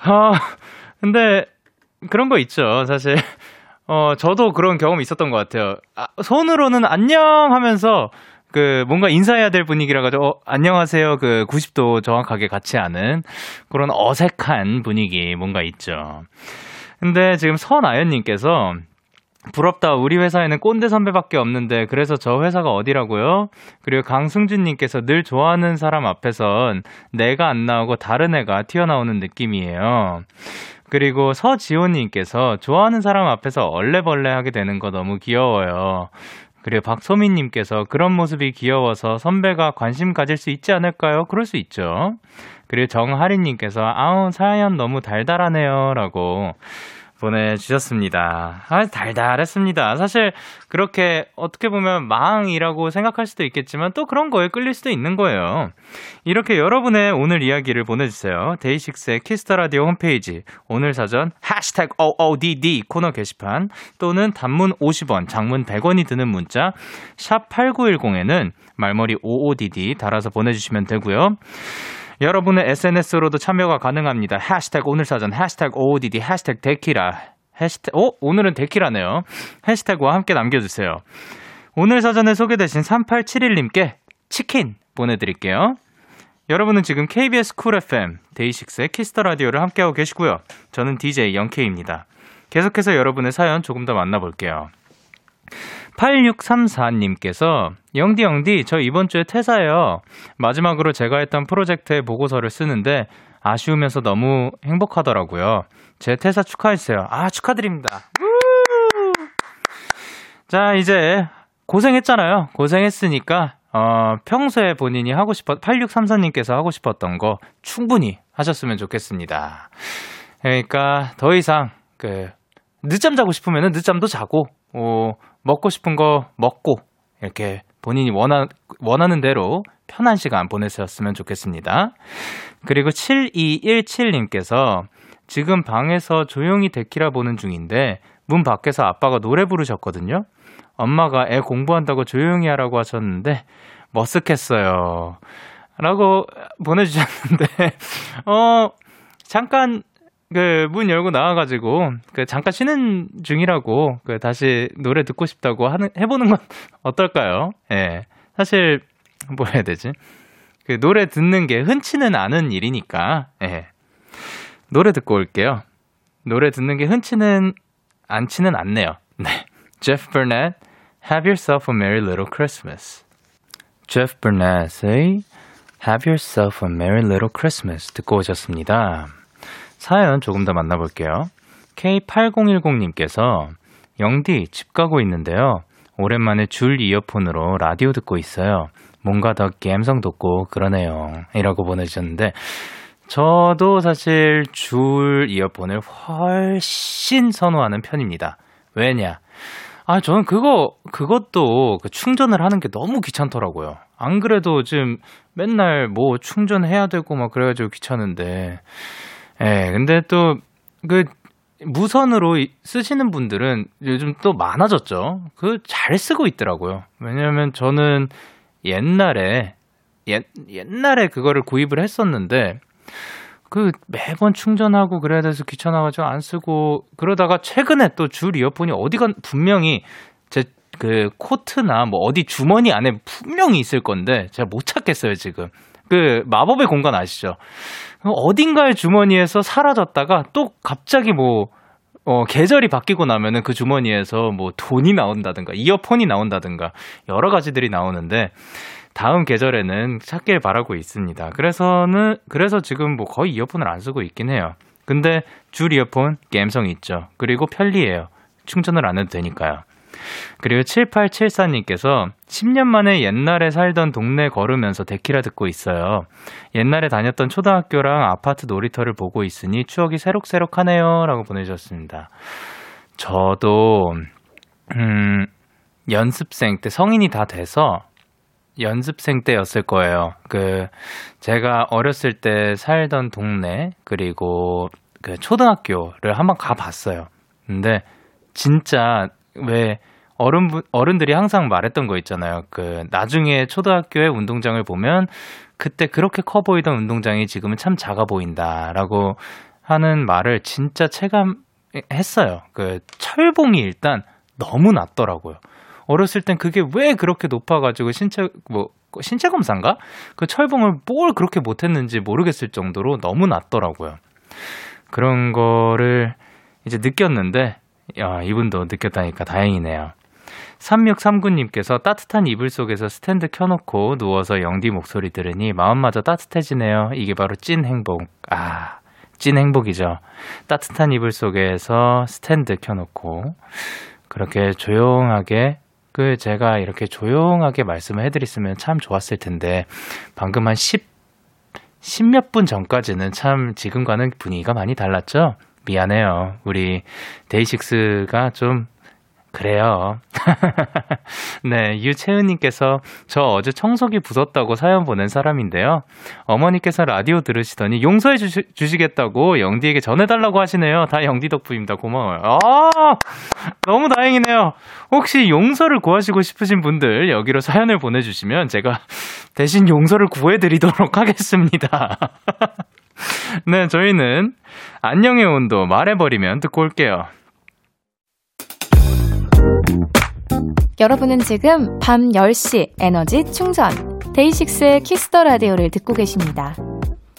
S2: 아, 근데 그런 거 있죠. 사실 어, 저도 그런 경험이 있었던 것 같아요. 아, 손으로는 안녕 하면서 그 뭔가 인사해야 될 분위기라 가지고 어, 안녕하세요. 그 90도 정확하게 같이 하는 그런 어색한 분위기 뭔가 있죠. 근데 지금 선아연 님께서 부럽다. 우리 회사에는 꼰대 선배밖에 없는데 그래서 저 회사가 어디라고요? 그리고 강승준님께서 늘 좋아하는 사람 앞에선 내가 안 나오고 다른 애가 튀어나오는 느낌이에요. 그리고 서지호님께서 좋아하는 사람 앞에서 얼레벌레 하게 되는 거 너무 귀여워요. 그리고 박소민님께서 그런 모습이 귀여워서 선배가 관심 가질 수 있지 않을까요? 그럴 수 있죠. 그리고 정하린님께서 아우 사연 너무 달달하네요라고 보내주셨습니다. 아, 달달했습니다. 사실 그렇게 어떻게 보면 망이라고 생각할 수도 있겠지만 또 그런 거에 끌릴 수도 있는 거예요. 이렇게 여러분의 오늘 이야기를 보내주세요. 데이식스의 키스터라디오 홈페이지 오늘 사전 해시태그 OODD 코너 게시판 또는 단문 50원, 장문 100원이 드는 문자 샵 8910에는 말머리 OODD 달아서 보내주시면 되고요. 여러분의 SNS로도 참여가 가능합니다. 해시태그 오늘 사전, 해시태그 OODD, 해시태그 데키라, 해시태그, 오, 오늘은 데키라네요. 해시태그와 함께 남겨주세요. 오늘 사전에 소개되신 3871님께 치킨 보내드릴게요. 여러분은 지금 KBS 쿨 FM 데이식스의 키스터 라디오를 함께하고 계시고요. 저는 DJ 영케이입니다. 계속해서 여러분의 사연 조금 더 만나볼게요. 8634님께서 영디 영디 저 이번 주에 퇴사해요. 마지막으로 제가 했던 프로젝트의 보고서를 쓰는데 아쉬우면서 너무 행복하더라고요. 제 퇴사 축하했어요. 아 축하드립니다. 우! 자 이제 고생했잖아요. 고생했으니까 어, 평소에 본인이 하고 싶었 8634님께서 하고 싶었던 거 충분히 하셨으면 좋겠습니다. 그러니까 더 이상 그 늦잠 자고 싶으면 늦잠도 자고 어, 먹고 싶은 거 먹고 이렇게 본인이 원하, 원하는 대로 편한 시간 보내셨으면 좋겠습니다. 그리고 7217님께서 지금 방에서 조용히 데키라 보는 중인데 문 밖에서 아빠가 노래 부르셨거든요. 엄마가 애 공부한다고 조용히 하라고 하셨는데 머쓱했어요. 라고 보내주셨는데 어 잠깐 그 문 열고 나와가지고 그 잠깐 쉬는 중이라고 그 다시 노래 듣고 싶다고 하는 해보는 건 어떨까요? 예 사실 뭐 해야 되지 그 노래 듣는 게 흔치는 않은 일이니까 예 노래 듣고 올게요 노래 듣는 게 흔치는 않지는 않네요 네 Jeff Burnett Have Yourself a Merry Little Christmas Jeff Burnett의 Have Yourself a Merry Little Christmas 듣고 오셨습니다. 사연 조금 더 만나볼게요. K8010님께서 영디 집 가고 있는데요. 오랜만에 줄 이어폰으로 라디오 듣고 있어요. 뭔가 더 감성 돋고 그러네요. 이라고 보내주셨는데 저도 사실 줄 이어폰을 훨씬 선호하는 편입니다. 왜냐? 아, 저는 그거, 그것도 그 충전을 하는 게 너무 귀찮더라고요. 안 그래도 지금 맨날 뭐 충전해야 되고 막 그래가지고 귀찮은데. 예, 근데 또, 그, 무선으로 이- 쓰시는 분들은 요즘 또 많아졌죠. 그 잘 쓰고 있더라고요. 왜냐면 저는 옛날에, 옛, 옛날에 그거를 구입을 했었는데, 그 매번 충전하고 그래야 돼서 귀찮아가지고 안 쓰고 그러다가 최근에 또 줄 이어폰이 어디가 분명히 제 그 코트나 뭐 어디 주머니 안에 분명히 있을 건데 제가 못 찾겠어요 지금 그 마법의 공간 아시죠? 어딘가의 주머니에서 사라졌다가 또 갑자기 뭐 어, 계절이 바뀌고 나면은 그 주머니에서 뭐 돈이 나온다든가 이어폰이 나온다든가 여러 가지들이 나오는데 다음 계절에는 찾길 바라고 있습니다. 그래서는 그래서 지금 뭐 거의 이어폰을 안 쓰고 있긴 해요. 근데 줄 이어폰 감성이 있죠. 그리고 편리해요. 충전을 안 해도 되니까요. 그리고 7874님께서 10년 만에 옛날에 살던 동네 걸으면서 데키라 듣고 있어요. 옛날에 다녔던 초등학교랑 아파트 놀이터를 보고 있으니 추억이 새록새록하네요. 라고 보내주셨습니다. 저도, 음, 연습생 때 성인이 다 돼서 연습생 때였을 거예요. 그 제가 어렸을 때 살던 동네 그리고 그 초등학교를 한번 가봤어요. 근데 진짜 왜 어른 어른들이 항상 말했던 거 있잖아요. 그 나중에 초등학교의 운동장을 보면 그때 그렇게 커 보이던 운동장이 지금은 참 작아 보인다라고 하는 말을 진짜 체감했어요. 그 철봉이 일단 너무 낮더라고요. 어렸을 땐 그게 왜 그렇게 높아가지고 신체 뭐 신체 검사인가 그 철봉을 뭘 그렇게 못했는지 모르겠을 정도로 너무 낮더라고요. 그런 거를 이제 느꼈는데 야, 이분도 느꼈다니까 다행이네요. 3639님께서 따뜻한 이불 속에서 스탠드 켜놓고 누워서 영디 목소리 들으니 마음마저 따뜻해지네요. 이게 바로 찐 행복. 아, 찐 행복이죠. 따뜻한 이불 속에서 스탠드 켜놓고 그렇게 조용하게 그 제가 이렇게 조용하게 말씀을 해드렸으면 참 좋았을 텐데 방금 한 10, 10몇 분 전까지는 참 지금과는 분위기가 많이 달랐죠? 미안해요. 우리 데이식스가 좀 그래요. 네, 유채은님께서 저 어제 청소기 부쉈다고 사연 보낸 사람인데요. 어머니께서 라디오 들으시더니 용서해 주시, 주시겠다고 영디에게 전해달라고 하시네요. 다 영디 덕분입니다. 고마워요. 아, 너무 다행이네요. 혹시 용서를 구하시고 싶으신 분들 여기로 사연을 보내주시면 제가 대신 용서를 구해드리도록 하겠습니다. 네, 저희는 안녕의 온도 말해버리면 듣고 올게요.
S14: 여러분은 지금 밤 10시 에너지 충전 데이식스의 키스터 라디오를 듣고 계십니다.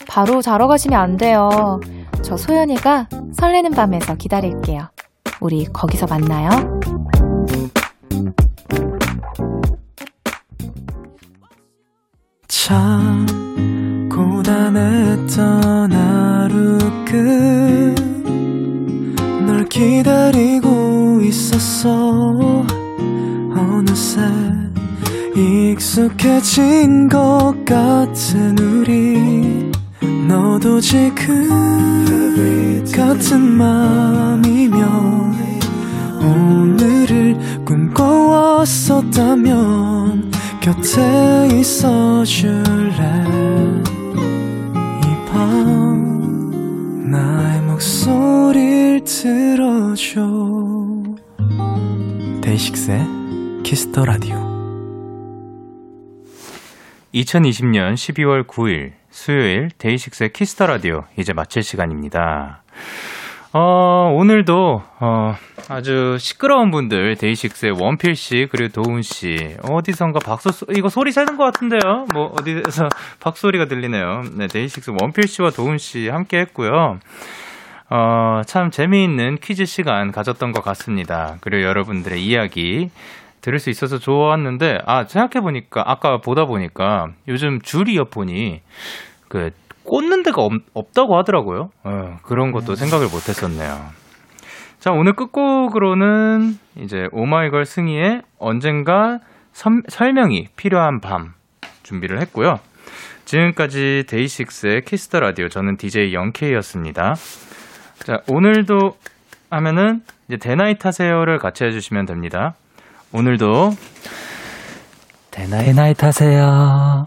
S14: 바로 자러 가시면 안 돼요. 저 소연이가 설레는 밤에서 기다릴게요. 우리 거기서 만나요.
S4: 참 고단했던 하루 끝널 기다리고 있었어 어느새 익숙해진 것 같은 우리 너도 지금 같은 맘이면 오늘을 꿈꿔왔었다면 곁에 있어줄래 이 밤 나의 목소리를 들어줘 데이식스의 키스터 라디오
S2: 2020년 12월 9일 수요일 데이식스의 키스터 라디오 이제 마칠 시간입니다. 어, 오늘도 어, 아주 시끄러운 분들 데이식스의 원필 씨 그리고 도훈 씨 어디선가 박수 소- 이거 소리 새는 것 같은데요. 뭐 어디에서 박소리가 들리네요. 네, 데이식스 원필 씨와 도훈 씨 함께 했고요. 어, 참 재미있는 퀴즈 시간 가졌던 것 같습니다. 그리고 여러분들의 이야기 들을 수 있어서 좋았는데 아 생각해 보니까 아까 보다 보니까 요즘 줄 이어폰이 그 꽂는 데가 없, 다고 하더라고요. 어, 그런 것도 생각을 못 했었네요. 자, 오늘 끝곡으로는 이제 오마이걸 승희의 언젠가 섬- 설명이 필요한 밤 준비를 했고요. 지금까지 데이식스의 키스터 라디오 저는 DJ 영케이였습니다. 자, 오늘도 하면은 이제 대나잇 하세요를 같이 해 주시면 됩니다. 오늘도 대나잇
S9: 대나잇 하세요.